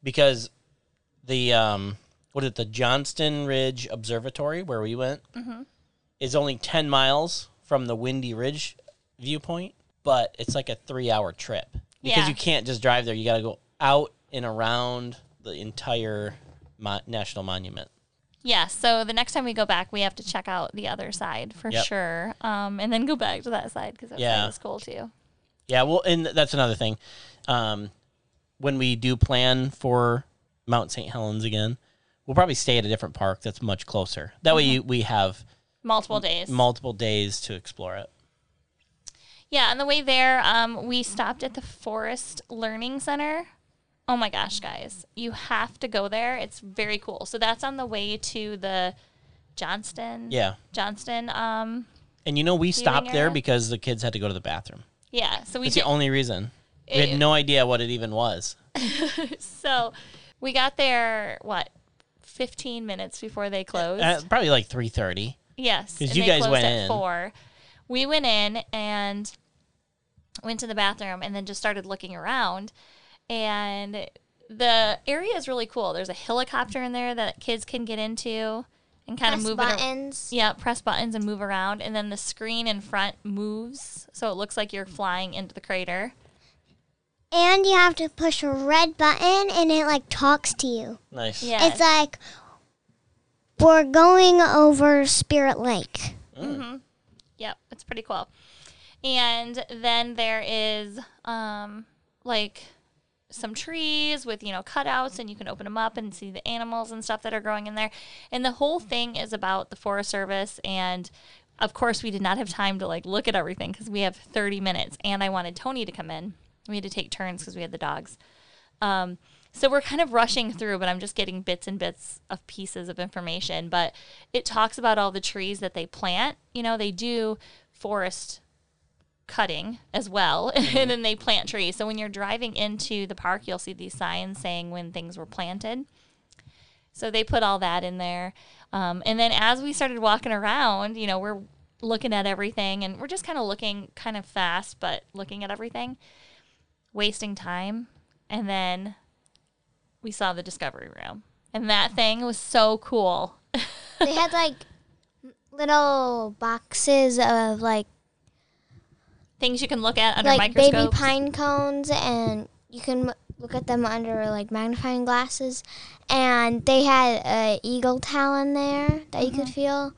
Speaker 2: because the um, what is it, the Johnston Ridge Observatory where we went is only ten miles from the Windy Ridge viewpoint, but it's like a three-hour trip because
Speaker 3: Yeah.
Speaker 2: you can't just drive there. You got to go out and around the entire mo- national monument.
Speaker 3: Yeah, so the next time we go back, we have to check out the other side for
Speaker 2: Yep.
Speaker 3: sure. Um, and then go back to that side because that
Speaker 2: Yeah.
Speaker 3: side is cool too.
Speaker 2: Yeah, well, and that's another thing. Um, when we do plan for Mount St. Helens again, we'll probably stay at a different park that's much closer. That way,
Speaker 3: Mm-hmm.
Speaker 2: you, we have
Speaker 3: multiple days.
Speaker 2: multiple days to explore it.
Speaker 3: Mm-hmm. Yeah, on the way there, um, we stopped at the Forest Learning Center. Oh my gosh, guys, you have to go there. It's very cool. So that's on the way to the Johnston.
Speaker 2: Yeah,
Speaker 3: Johnston. Um,
Speaker 2: and you know we stopped there
Speaker 3: area?
Speaker 2: because the kids had to go to the bathroom.
Speaker 3: yeah. So we
Speaker 2: That's
Speaker 3: did,
Speaker 2: the only reason. We had
Speaker 3: It-
Speaker 2: no idea what it even was.
Speaker 3: so we got there what 15 minutes before they closed.
Speaker 2: Uh, probably like three thirty.
Speaker 3: Yes,
Speaker 2: 'Cause
Speaker 3: and
Speaker 2: you
Speaker 3: they
Speaker 2: guys
Speaker 3: closed
Speaker 2: went
Speaker 3: at
Speaker 2: in.
Speaker 3: Four. We went in and went to the bathroom, and then just started looking around. And the area is really cool. There's a helicopter in there that kids can get into and kind of
Speaker 4: Press
Speaker 3: move it. ar-
Speaker 4: buttons.
Speaker 3: Yeah, press buttons and move around, and then the screen in front moves, so it looks like you're flying into the crater.
Speaker 1: And you have to push a red button and it like talks to you.
Speaker 2: Nice.
Speaker 3: Yeah,
Speaker 1: It's like we're going over Spirit Lake.
Speaker 3: Yep, it's pretty cool. And then there is um like some trees with you know cutouts and you can open them up and see the animals and stuff that are growing in there. And the whole thing is about the Forest Service and of course we did not have time to like look at everything cuz we have 30 minutes and I wanted Tony to come in. We had to take turns cuz we had the dogs. Um, so we're kind of rushing through, but I'm just getting bits and bits of pieces of information. But it talks about all the trees that they plant. You know, they do forest cutting as well, and then they plant trees. So when you're driving into the park, you'll see these signs saying when things were planted. So they put all that in there. Um, and then as we started walking around, you know, we're looking at everything and we're just kind of looking kind of fast, but looking at everything, wasting time. And then we saw the discovery room. And
Speaker 2: Mm.
Speaker 3: that thing was so cool.
Speaker 1: They had like
Speaker 4: Little boxes of like
Speaker 3: Things you can look at under
Speaker 4: like baby
Speaker 3: microscope.
Speaker 4: pine cones, and you can m- look at them under like magnifying glasses. And they had a eagle talon there that you could feel.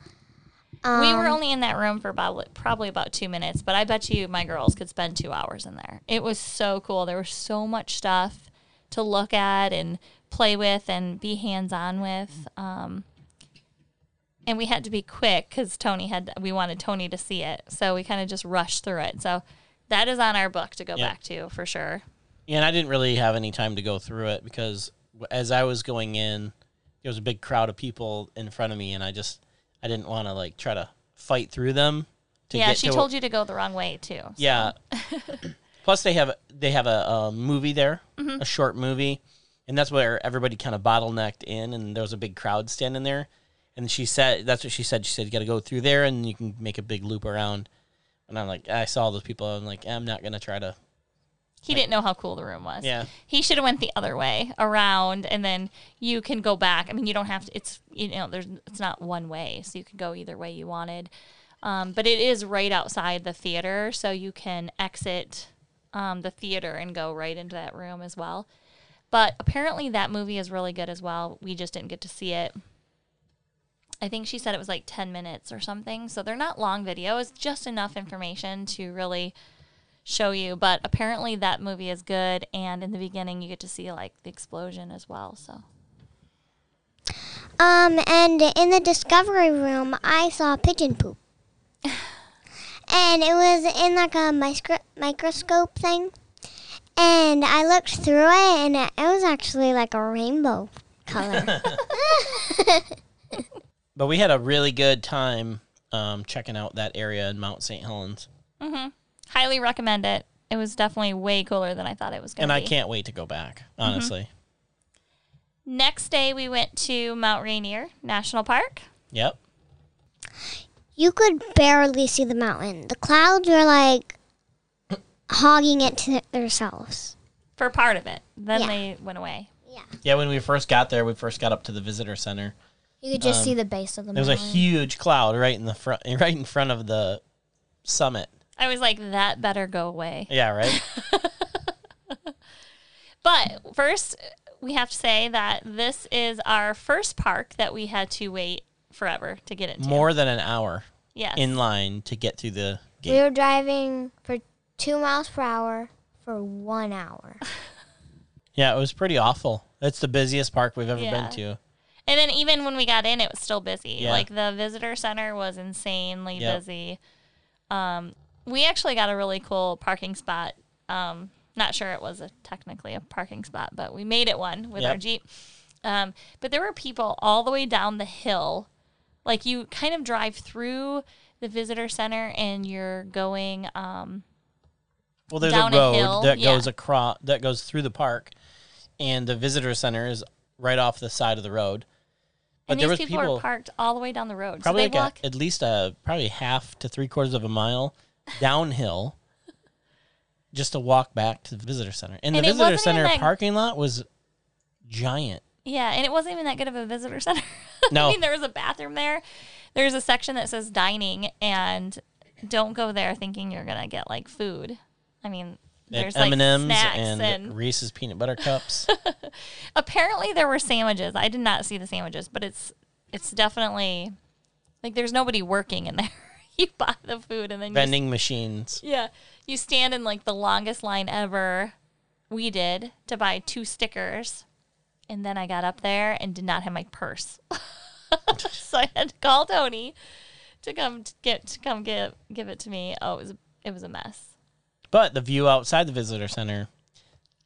Speaker 4: Um,
Speaker 3: we were only in that room for about probably about two minutes, but I bet you my girls could spend two hours in there. It was so cool. There was so much stuff to look at and play with and be hands on with.
Speaker 2: Mm.
Speaker 3: Um, and we had to be quick because Tony had we wanted Tony to see it, so we kind of just rushed through it. So that is on our book to go
Speaker 2: Yeah.
Speaker 3: back to for sure.
Speaker 2: Yeah, and I didn't really have any time to go through it because w- as I was going in, there was a big crowd of people in front of me, and I just I didn't want to like try to fight through them. To
Speaker 3: yeah,
Speaker 2: get
Speaker 3: she
Speaker 2: to,
Speaker 3: told you to go the wrong way too.
Speaker 2: Yeah. Plus, they have they have a, a movie there,
Speaker 3: Mm-hmm.
Speaker 2: a short movie, and that's where everybody kind of bottlenecked in, and there was a big crowd standing there. And she said, "That's what she said." She said, "You got to go through there, and you can make a big loop around." And I'm like, I saw all those people. I'm like, I'm not gonna try to.
Speaker 3: He didn't know how cool the room was.
Speaker 2: Yeah.
Speaker 3: He should have went the other way around and then you can go back. I mean, you don't have to it's you know, there's it's not one way, so you could go either way you wanted. Um, but it is right outside the theater, so you can exit um, the theater and go right into that room as well. But apparently that movie is really good as well. We just didn't get to see it. I think she said it was like 10 minutes or something. So they're not long videos, just enough information to really show you. But apparently, that movie is good. And in the beginning, you get to see like the explosion as well. So
Speaker 1: Um, and in the discovery room, I saw pigeon poop. and it was in like a micro- microscope thing. And I looked through it, and it was actually like a rainbow color.
Speaker 2: But we had a really good time um, checking out that area in Mount St. Helens.
Speaker 3: highly recommend it. It was definitely way cooler than I thought it was going
Speaker 2: and
Speaker 3: to be.
Speaker 2: I can't wait to go back.
Speaker 3: Mm-hmm.
Speaker 2: Honestly,
Speaker 3: Next day, we went to Mount Rainier National Park.
Speaker 2: yep.
Speaker 1: you could barely see the mountain. The clouds were like hogging it to themselves.
Speaker 3: For part of it, then
Speaker 1: Yeah.
Speaker 3: they went away.
Speaker 2: Yeah, when we first got there, we first got up to the visitor center.
Speaker 4: you could just see the base of the
Speaker 2: There Um, was
Speaker 4: mountain.
Speaker 2: a huge cloud right in the front, right in front of the summit.
Speaker 3: I was like, "That better go away."
Speaker 2: Yeah, right.
Speaker 3: But first, we have to say that this is our first park that we had to wait forever to get into.
Speaker 2: More than an hour
Speaker 3: yes,
Speaker 2: in line to get through the
Speaker 4: we
Speaker 2: gate.
Speaker 4: were driving for
Speaker 1: two miles per hour for one hour.
Speaker 2: Yeah, it was pretty awful. It's the busiest park we've ever
Speaker 3: Yeah.
Speaker 2: been to.
Speaker 3: And then even when we got in, it was still busy.
Speaker 2: Yeah.
Speaker 3: Like the visitor center was insanely
Speaker 2: Yep.
Speaker 3: busy. Um, we actually got a really cool parking spot. Um, not sure it was a, technically a parking spot, but we made it one with our
Speaker 2: Yep.
Speaker 3: Jeep. Um, but there were people all the way down the hill. Like you kind of drive through the visitor center and you're going. Um,
Speaker 2: Well, there's
Speaker 3: Down
Speaker 2: a
Speaker 3: a
Speaker 2: road
Speaker 3: hill,
Speaker 2: that
Speaker 3: yeah.
Speaker 2: goes across that goes through the park, and the visitor center is right off the side of the road. But
Speaker 3: and
Speaker 2: there
Speaker 3: these
Speaker 2: was
Speaker 3: people, are parked all the way down the road.
Speaker 2: probably
Speaker 3: so
Speaker 2: like
Speaker 3: they walk
Speaker 2: a, at least a probably half to three quarters of a mile downhill just to walk back to the visitor center. And,
Speaker 3: And
Speaker 2: the
Speaker 3: it wasn't
Speaker 2: visitor
Speaker 3: even
Speaker 2: center
Speaker 3: that-
Speaker 2: parking lot was giant.
Speaker 3: Yeah, and it wasn't even that good of a visitor center.
Speaker 2: No.
Speaker 3: I mean, there was a bathroom there. There's a section that says dining, and don't go there thinking you're gonna get like food. I mean,
Speaker 2: And
Speaker 3: there's like
Speaker 2: M&M's
Speaker 3: snacks
Speaker 2: and,
Speaker 3: and,
Speaker 2: Reese's peanut butter cups.
Speaker 3: apparently there were sandwiches. I did not see the sandwiches, but it's it's definitely like there's nobody working in there. you buy the food and then you
Speaker 2: vending machines.
Speaker 3: Yeah. You stand in like the longest line ever we did to buy two stickers. And then I got up there and did not have my purse. so I had to call Tony to come t get to come give give it to me. Oh, it was it was a mess.
Speaker 2: But the view outside the visitor center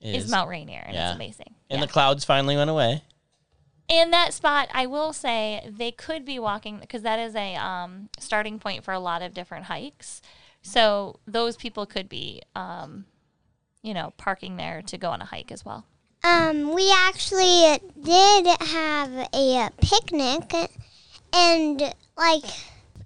Speaker 2: is,
Speaker 3: It's Mount Rainier and
Speaker 2: yeah.
Speaker 3: it's amazing.
Speaker 2: and
Speaker 3: yeah.
Speaker 2: the clouds finally went away.
Speaker 3: And that spot, I will say, they could be walking because that is a um, starting point for a lot of different hikes. So those people could be, um, you know, parking there to go on a hike as well.
Speaker 1: Um, we actually did have a uh, picnic, and like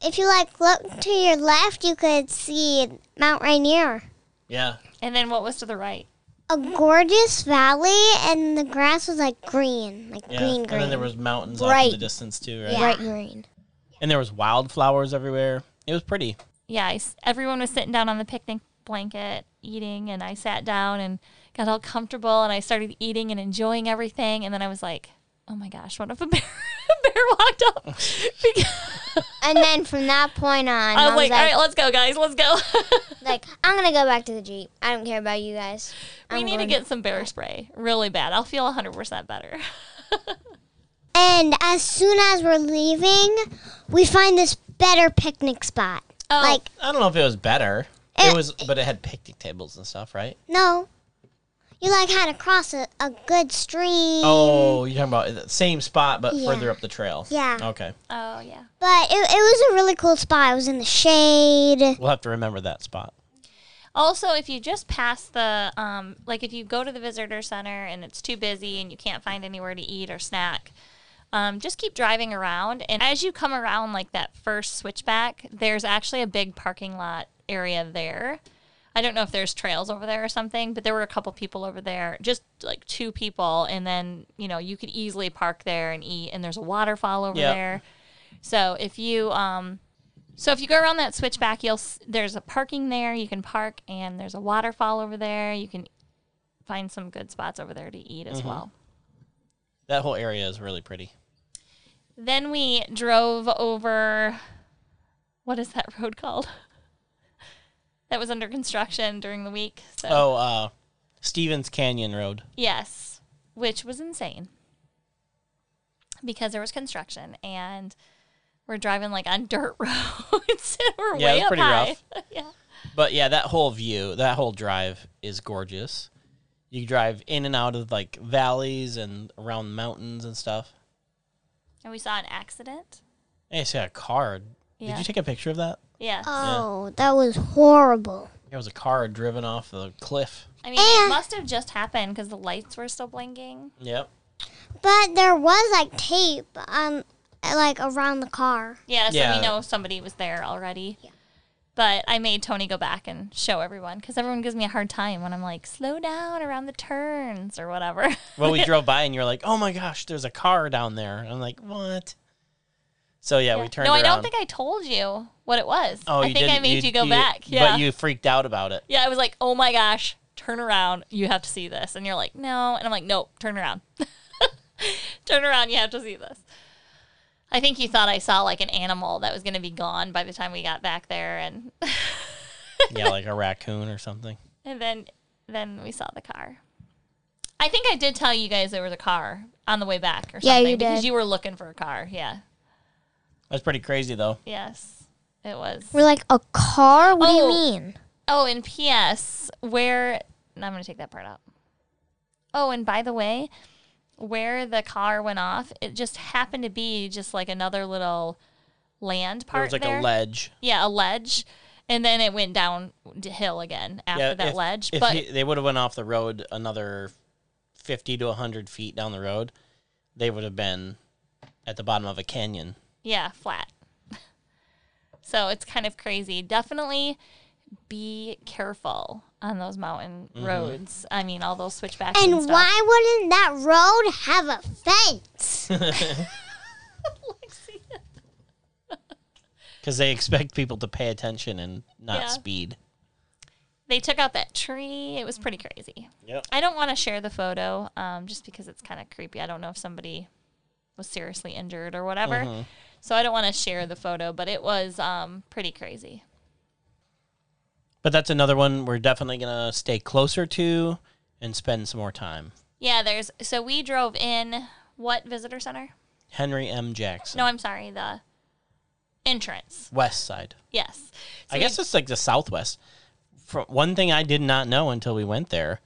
Speaker 1: if you like look to your left, you could see Mount Rainier.
Speaker 2: Yeah.
Speaker 3: And then what was to the right?
Speaker 1: a gorgeous valley and the grass was like green, like
Speaker 2: Yeah.
Speaker 1: green
Speaker 2: and
Speaker 1: green.
Speaker 2: then there was mountains off in
Speaker 1: Bright.
Speaker 2: the distance too, right?
Speaker 1: bright green.
Speaker 2: And there was wildflowers everywhere. It was pretty.
Speaker 3: Yeah, I s everyone was sitting down on the picnic blanket eating, and I sat down and got all comfortable, and I started eating and enjoying everything, and then I was like, oh my gosh, what if a bear, a bear walked up? Because-
Speaker 1: And then from that point on,
Speaker 3: I
Speaker 1: I
Speaker 3: was like,
Speaker 1: was
Speaker 3: all
Speaker 1: like,
Speaker 3: right, let's go, guys, let's go.
Speaker 1: like, I'm gonna go back to the jeep. I don't care about you guys.
Speaker 3: We
Speaker 1: I'm
Speaker 3: need to
Speaker 1: going."
Speaker 3: get some bear spray really bad. I'll feel 100% better.
Speaker 1: And as soon as we're leaving, we find this better picnic spot.
Speaker 3: Oh,
Speaker 1: Like
Speaker 2: I don't know if it was better. It
Speaker 1: Eh.
Speaker 2: was, but it had picnic tables and stuff, right?
Speaker 1: no, you like had to cross a, a good stream.
Speaker 2: Oh, you're talking about the same spot, but
Speaker 1: Yeah.
Speaker 2: further up the trail.
Speaker 1: Yeah.
Speaker 2: Okay,
Speaker 3: oh yeah.
Speaker 1: But it, it was a really cool spot. It was in the shade.
Speaker 2: we'll have to remember that spot.
Speaker 3: Also, if you just pass the, um, like if you go to the visitor center and it's too busy and you can't find anywhere to eat or snack, um, just keep driving around. And as you come around like that first switchback, there's actually a big parking lot area there. I don't know if there's trails over there or something, but there were a couple people over there, just like two people. And then, you know, you could easily park there and eat. And there's a waterfall over
Speaker 2: Yeah.
Speaker 3: there. So if you, um, so if you go around that switchback, you'll s- there's a parking there. You can park, and there's a waterfall over there. You can find some good spots over there to eat
Speaker 2: Mm-hmm.
Speaker 3: as well.
Speaker 2: That whole area is really pretty.
Speaker 3: Then we drove over. What is that road called? that was under construction during the week. So
Speaker 2: Oh, uh, Stevens Canyon Road.
Speaker 3: yes, which was insane because there was construction and we're driving like on dirt roads and
Speaker 2: Yeah,
Speaker 3: we're
Speaker 2: it
Speaker 3: way
Speaker 2: was
Speaker 3: up
Speaker 2: pretty
Speaker 3: high.
Speaker 2: rough.
Speaker 3: yeah.
Speaker 2: But yeah, that whole view, that whole drive is gorgeous. You drive in and out of like valleys and around mountains and stuff.
Speaker 3: And we saw an accident.
Speaker 2: Hey, it's got a car. Did
Speaker 3: Yeah.
Speaker 2: you take a picture of that?
Speaker 3: Yeah.
Speaker 1: Oh, that was horrible.
Speaker 2: There was a car driven off the cliff.
Speaker 3: I mean, it
Speaker 1: And-
Speaker 3: must have just happened because the lights were still blinking.
Speaker 2: Yep.
Speaker 1: But there was like tape on, like around the car.
Speaker 3: Yeah, so
Speaker 2: Yeah.
Speaker 3: we know somebody was there already. But I made Tony go back and show everyone because everyone gives me a hard time when I'm like, slow down around the turns or whatever.
Speaker 2: Well, we drove by and you were like, "Oh my gosh, there's a car down there." I'm like, "What?" So yeah, we turned
Speaker 3: no, I
Speaker 2: around.
Speaker 3: don't think I told you what it was.
Speaker 2: Oh,
Speaker 3: I
Speaker 2: you
Speaker 3: think I
Speaker 2: didn't-
Speaker 3: made you, go back. Yeah.
Speaker 2: But you freaked out about it.
Speaker 3: yeah, I was like, oh my gosh, turn around. You have to see this. And you're like, no. And I'm like, nope, turn around. turn around. You have to see this. I think you thought I saw like an animal that was going to be gone by the time we got back there. And
Speaker 2: yeah, like a raccoon or something.
Speaker 3: And then then we saw the car. I think I did tell you guys there was a car on the way back or something
Speaker 4: Yeah, you
Speaker 3: because
Speaker 4: did.
Speaker 3: you were looking for a car. Yeah.
Speaker 2: That's pretty crazy though.
Speaker 3: Yes. It was.
Speaker 4: We're like, a car? What do
Speaker 3: Oh.
Speaker 4: you mean?
Speaker 3: Oh, and PS, where no, I'm going to take that part out. Oh, and by the way, where the car went off, it just happened to be just like another little land
Speaker 2: There
Speaker 3: part
Speaker 2: was like
Speaker 3: there.
Speaker 2: a ledge.
Speaker 3: Yeah, a ledge. And then it went down d- hill again after
Speaker 2: yeah,
Speaker 3: that
Speaker 2: if-
Speaker 3: ledge.
Speaker 2: If
Speaker 3: but
Speaker 2: he- they would have went off the road another fifty to hundred feet down the road, they would have been at the bottom of a canyon.
Speaker 3: Yeah, flat. So it's kind of crazy. Definitely be careful on those mountain
Speaker 2: Mm-hmm.
Speaker 3: roads. I mean, all those switchbacks and,
Speaker 1: And
Speaker 3: stuff.
Speaker 1: why wouldn't that road have a fence?
Speaker 2: Because they expect people to pay attention and not
Speaker 3: Yeah.
Speaker 2: speed.
Speaker 3: They took out that tree. It was pretty crazy.
Speaker 2: Yep.
Speaker 3: I don't want to share the photo um, just because it's kind of creepy. I don't know if somebody was seriously injured or whatever.
Speaker 2: Mm-hmm.
Speaker 3: So I don't want to share the photo, but it was um, pretty crazy.
Speaker 2: But that's another one we're definitely gonna stay closer to and spend some more time.
Speaker 3: Yeah, there's. So we drove in what visitor center?
Speaker 2: Henry M. Jackson,
Speaker 3: No, I'm sorry, the entrance.
Speaker 2: West Side.
Speaker 3: Yes.
Speaker 2: I guess it's like the Southwest. From one thing I did not know until we went there,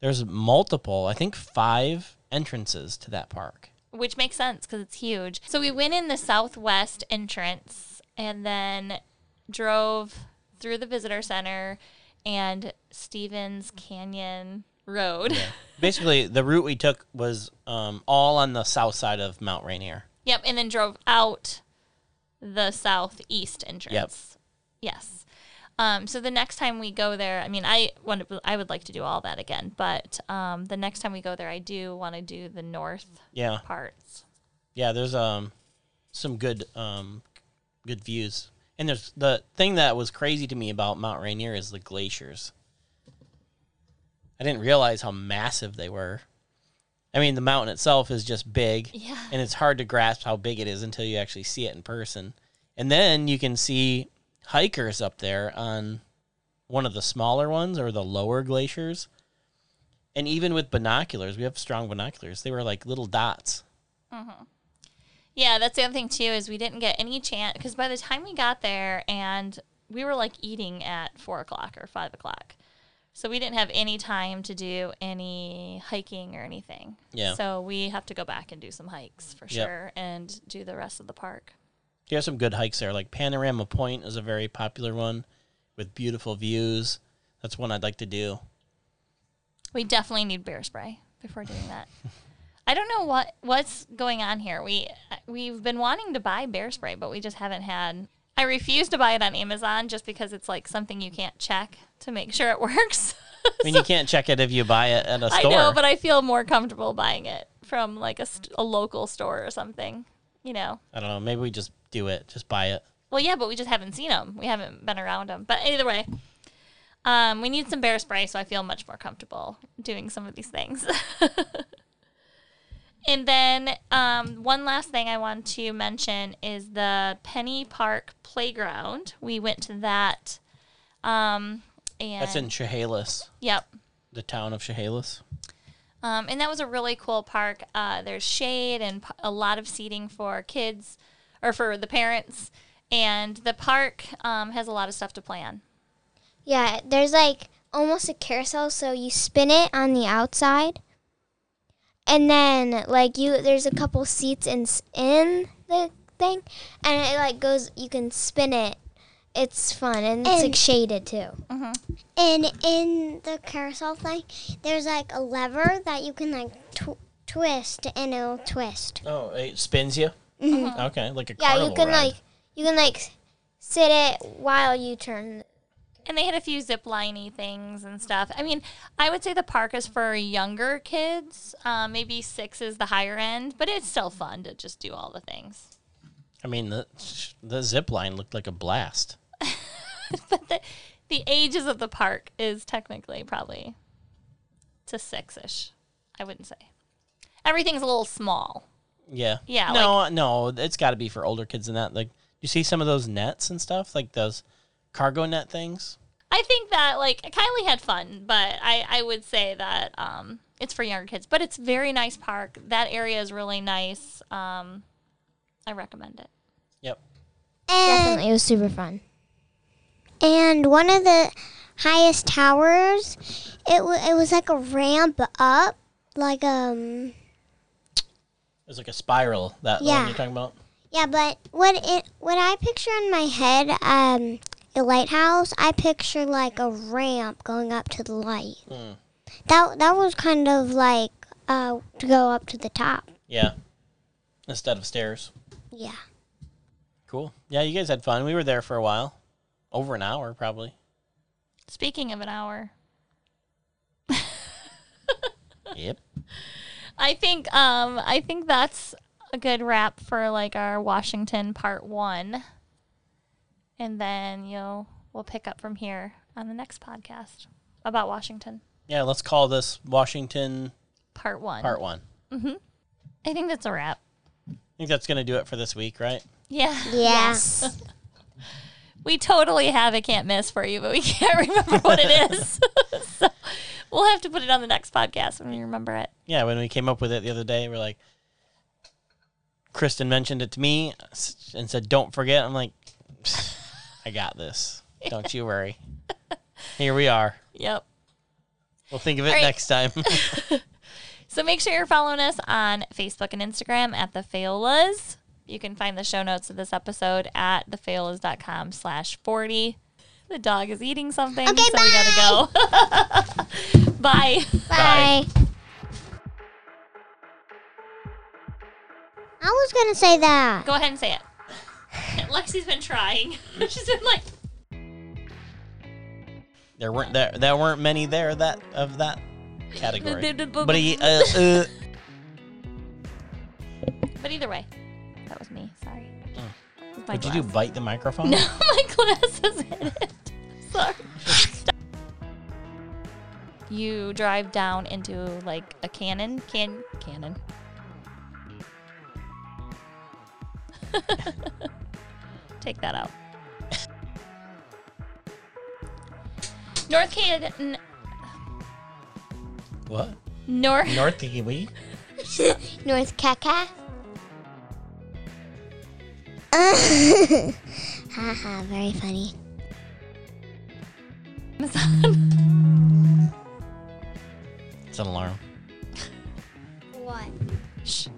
Speaker 2: there's multiple, I think five entrances to that park.
Speaker 3: which makes sense because it's huge. So we went in the southwest entrance and then drove through the visitor center and Stevens Canyon Road.
Speaker 2: Basically, the route we took was um, all on the south side of Mount Rainier.
Speaker 3: yep, and then drove out the southeast entrance. Yep. Yes. Um, so the next time we go there, I mean, I want to, I would like to do all that again, but um, the next time we go there, I do want to do the north
Speaker 2: Yeah,
Speaker 3: parts.
Speaker 2: yeah. There's um some good um good views, and there's the thing that was crazy to me about Mount Rainier is the glaciers. I didn't realize how massive they were. I mean, the mountain itself is just big.
Speaker 3: Yeah.
Speaker 2: and it's hard to grasp how big it is until you actually see it in person. And then you can see hikers up there on one of the smaller ones or the lower glaciers. And even with binoculars, we have strong binoculars. They were like little dots.
Speaker 3: Yeah, that's the other thing too is we didn't get any chance because by the time we got there and we were like eating at four o'clock or five o'clock, so we didn't have any time to do any hiking or anything.
Speaker 2: Yeah.
Speaker 3: So we have to go back and do some hikes for
Speaker 2: Yep.
Speaker 3: sure and do the rest of the park.
Speaker 2: There's some good hikes there. Like Panorama Point is a very popular one with beautiful views. That's one I'd like to do.
Speaker 3: We definitely need bear spray before doing that. I don't know what what's going on here. We we've been wanting to buy bear spray, but we just haven't had. I refuse to buy it on Amazon just because it's like something you can't check to make sure it works.
Speaker 2: I mean, you can't check it if you buy it at a
Speaker 3: I
Speaker 2: store.
Speaker 3: know, but I feel more comfortable buying it from like a, st- a local store or something. You know.
Speaker 2: I don't know. Maybe we just do it. Just buy it.
Speaker 3: Well, yeah, but we just haven't seen them. We haven't been around them. But either way, um, we need some bear spray, so I feel much more comfortable doing some of these things. and then um, one last thing I want to mention is the Penny Park Playground. We went to that. Um, and
Speaker 2: That's in Chehalis,
Speaker 3: Yep.
Speaker 2: the town of Chehalis.
Speaker 3: Um, and that was a really cool park. Uh, there's shade and p- a lot of seating for kids or for the parents. And the park um, has a lot of stuff to play on.
Speaker 4: Yeah, there's like almost a carousel, so you spin it on the outside, and then like you, there's a couple seats in s- in the thing, and it like goes. You can spin it. It's fun and, it's like
Speaker 1: And-
Speaker 4: shaded too.
Speaker 1: And in the carousel thing, there's like a lever that you can like tw- twist and it'll twist.
Speaker 2: Oh, it spins you. Uh-huh. Okay, like a
Speaker 4: Yeah,
Speaker 2: carnival
Speaker 4: you can
Speaker 2: ride.
Speaker 4: like you can like sit it while you turn.
Speaker 3: And they had a few zip liney things and stuff. I mean, I would say the park is for younger kids. Uh, maybe six is the higher end, but it's still fun to just do all the things.
Speaker 2: I mean, the the zip line looked like a blast.
Speaker 3: But the, the ages of the park is technically probably to six ish, I wouldn't say. Everything's a little small.
Speaker 2: Yeah.
Speaker 3: Yeah,
Speaker 2: No, no, it's got to be for older kids than that. Like, you see some of those nets and stuff, like those cargo net things.
Speaker 3: I think that like Kylie had fun, but I, I would say that um, it's for younger kids. But it's very nice park. That area is really nice. Um, I recommend it.
Speaker 2: Yep.
Speaker 1: And,
Speaker 4: Definitely, it was super fun.
Speaker 1: and one of the highest towers, it, w- it was like a ramp up, like, um,
Speaker 2: It's like a spiral. That the one
Speaker 1: Yeah.
Speaker 2: you're talking about.
Speaker 1: Yeah, but what it what I picture in my head, um, a lighthouse. I picture like a ramp going up to the light.
Speaker 2: Mm.
Speaker 1: That that was kind of like uh, to go up to the top.
Speaker 2: Yeah. Instead of stairs.
Speaker 1: Yeah.
Speaker 2: Cool. Yeah, you guys had fun. We were there for a while, over an hour probably.
Speaker 3: Speaking of an hour,
Speaker 2: Yep.
Speaker 3: I think um I think that's a good wrap for like our Washington part one. And then you'll we'll pick up from here on the next podcast about Washington.
Speaker 2: Yeah, let's call this Washington
Speaker 3: Part one.
Speaker 2: Part One.
Speaker 3: I think that's a wrap.
Speaker 2: I think that's gonna do it for this week, right?
Speaker 3: Yeah.
Speaker 1: Yes.
Speaker 3: We totally have it can't miss for you, but we can't remember what it is. so we'll have to put it on the next podcast when we remember it.
Speaker 2: Yeah. When we came up with it the other day, we're like, Kristen mentioned it to me s- and said, "Don't forget." I'm like, I got this. Don't you worry. Here we are.
Speaker 3: Yep.
Speaker 2: We'll think of it
Speaker 3: All right.
Speaker 2: next time.
Speaker 3: So make sure you're following us on Facebook and Instagram at the Faolas. You can find the show notes of this episode at thefaolas.com slash 40. The dog is eating something,
Speaker 1: Okay,
Speaker 3: so we gotta go. bye.
Speaker 2: Bye.
Speaker 1: I was gonna say that.
Speaker 3: Go ahead and say it. Lexi's been trying. She's been like,
Speaker 2: There weren't there there weren't many there that of that category. but he, uh, uh,
Speaker 3: but either way, that was me. Sorry. It was my
Speaker 2: would Oh. you do
Speaker 3: glass.
Speaker 2: bite the microphone?
Speaker 3: No, my glasses hit it. Sorry. you drive down into like a cannon, can cannon. Take that out. North Canada,
Speaker 2: What?
Speaker 3: North.
Speaker 2: North Kiwi?
Speaker 1: North Kaka. Haha, very funny.
Speaker 3: Amazon.
Speaker 2: It's an alarm.
Speaker 1: What?
Speaker 3: Shh.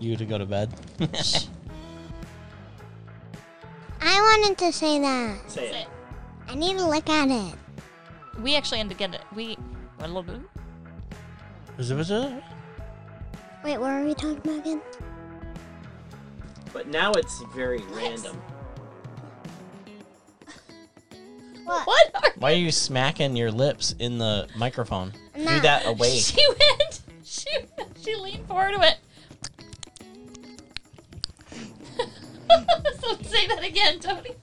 Speaker 2: You to go to bed.
Speaker 1: I wanted to say that.
Speaker 2: Say it.
Speaker 1: I need to look at it.
Speaker 3: We actually ended up getting it. We a little bit.
Speaker 2: Was it, was it?
Speaker 1: Wait, what are we talking about again?
Speaker 2: But now it's very random.
Speaker 1: What?
Speaker 3: What? Are,
Speaker 2: Why are you smacking your lips in the microphone? Do
Speaker 1: Nah.
Speaker 2: that away.
Speaker 3: She went. She she leaned forward and went. so say that again, Tony.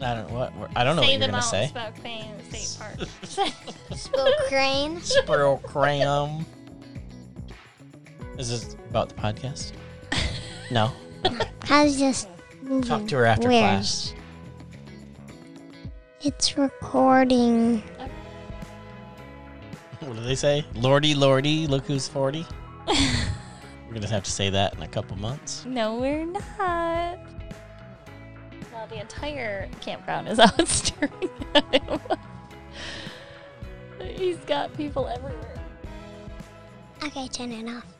Speaker 2: I don't what we're- I don't know
Speaker 3: say
Speaker 2: what you're
Speaker 3: the
Speaker 2: gonna
Speaker 3: Mount
Speaker 2: say.
Speaker 3: Spokane State Park. Say-
Speaker 1: Spoke crane.
Speaker 2: Squirrel cram. Is this about the podcast? No.
Speaker 1: I was just moving.
Speaker 2: Talk to her after
Speaker 1: Where?
Speaker 2: class.
Speaker 1: It's recording.
Speaker 2: What do they say? Lordy, lordy, look who's 40. We're going to have to say that in a couple months.
Speaker 3: no, we're not. Well, the entire campground is out staring at him. He's got people everywhere.
Speaker 1: Okay, turn it off.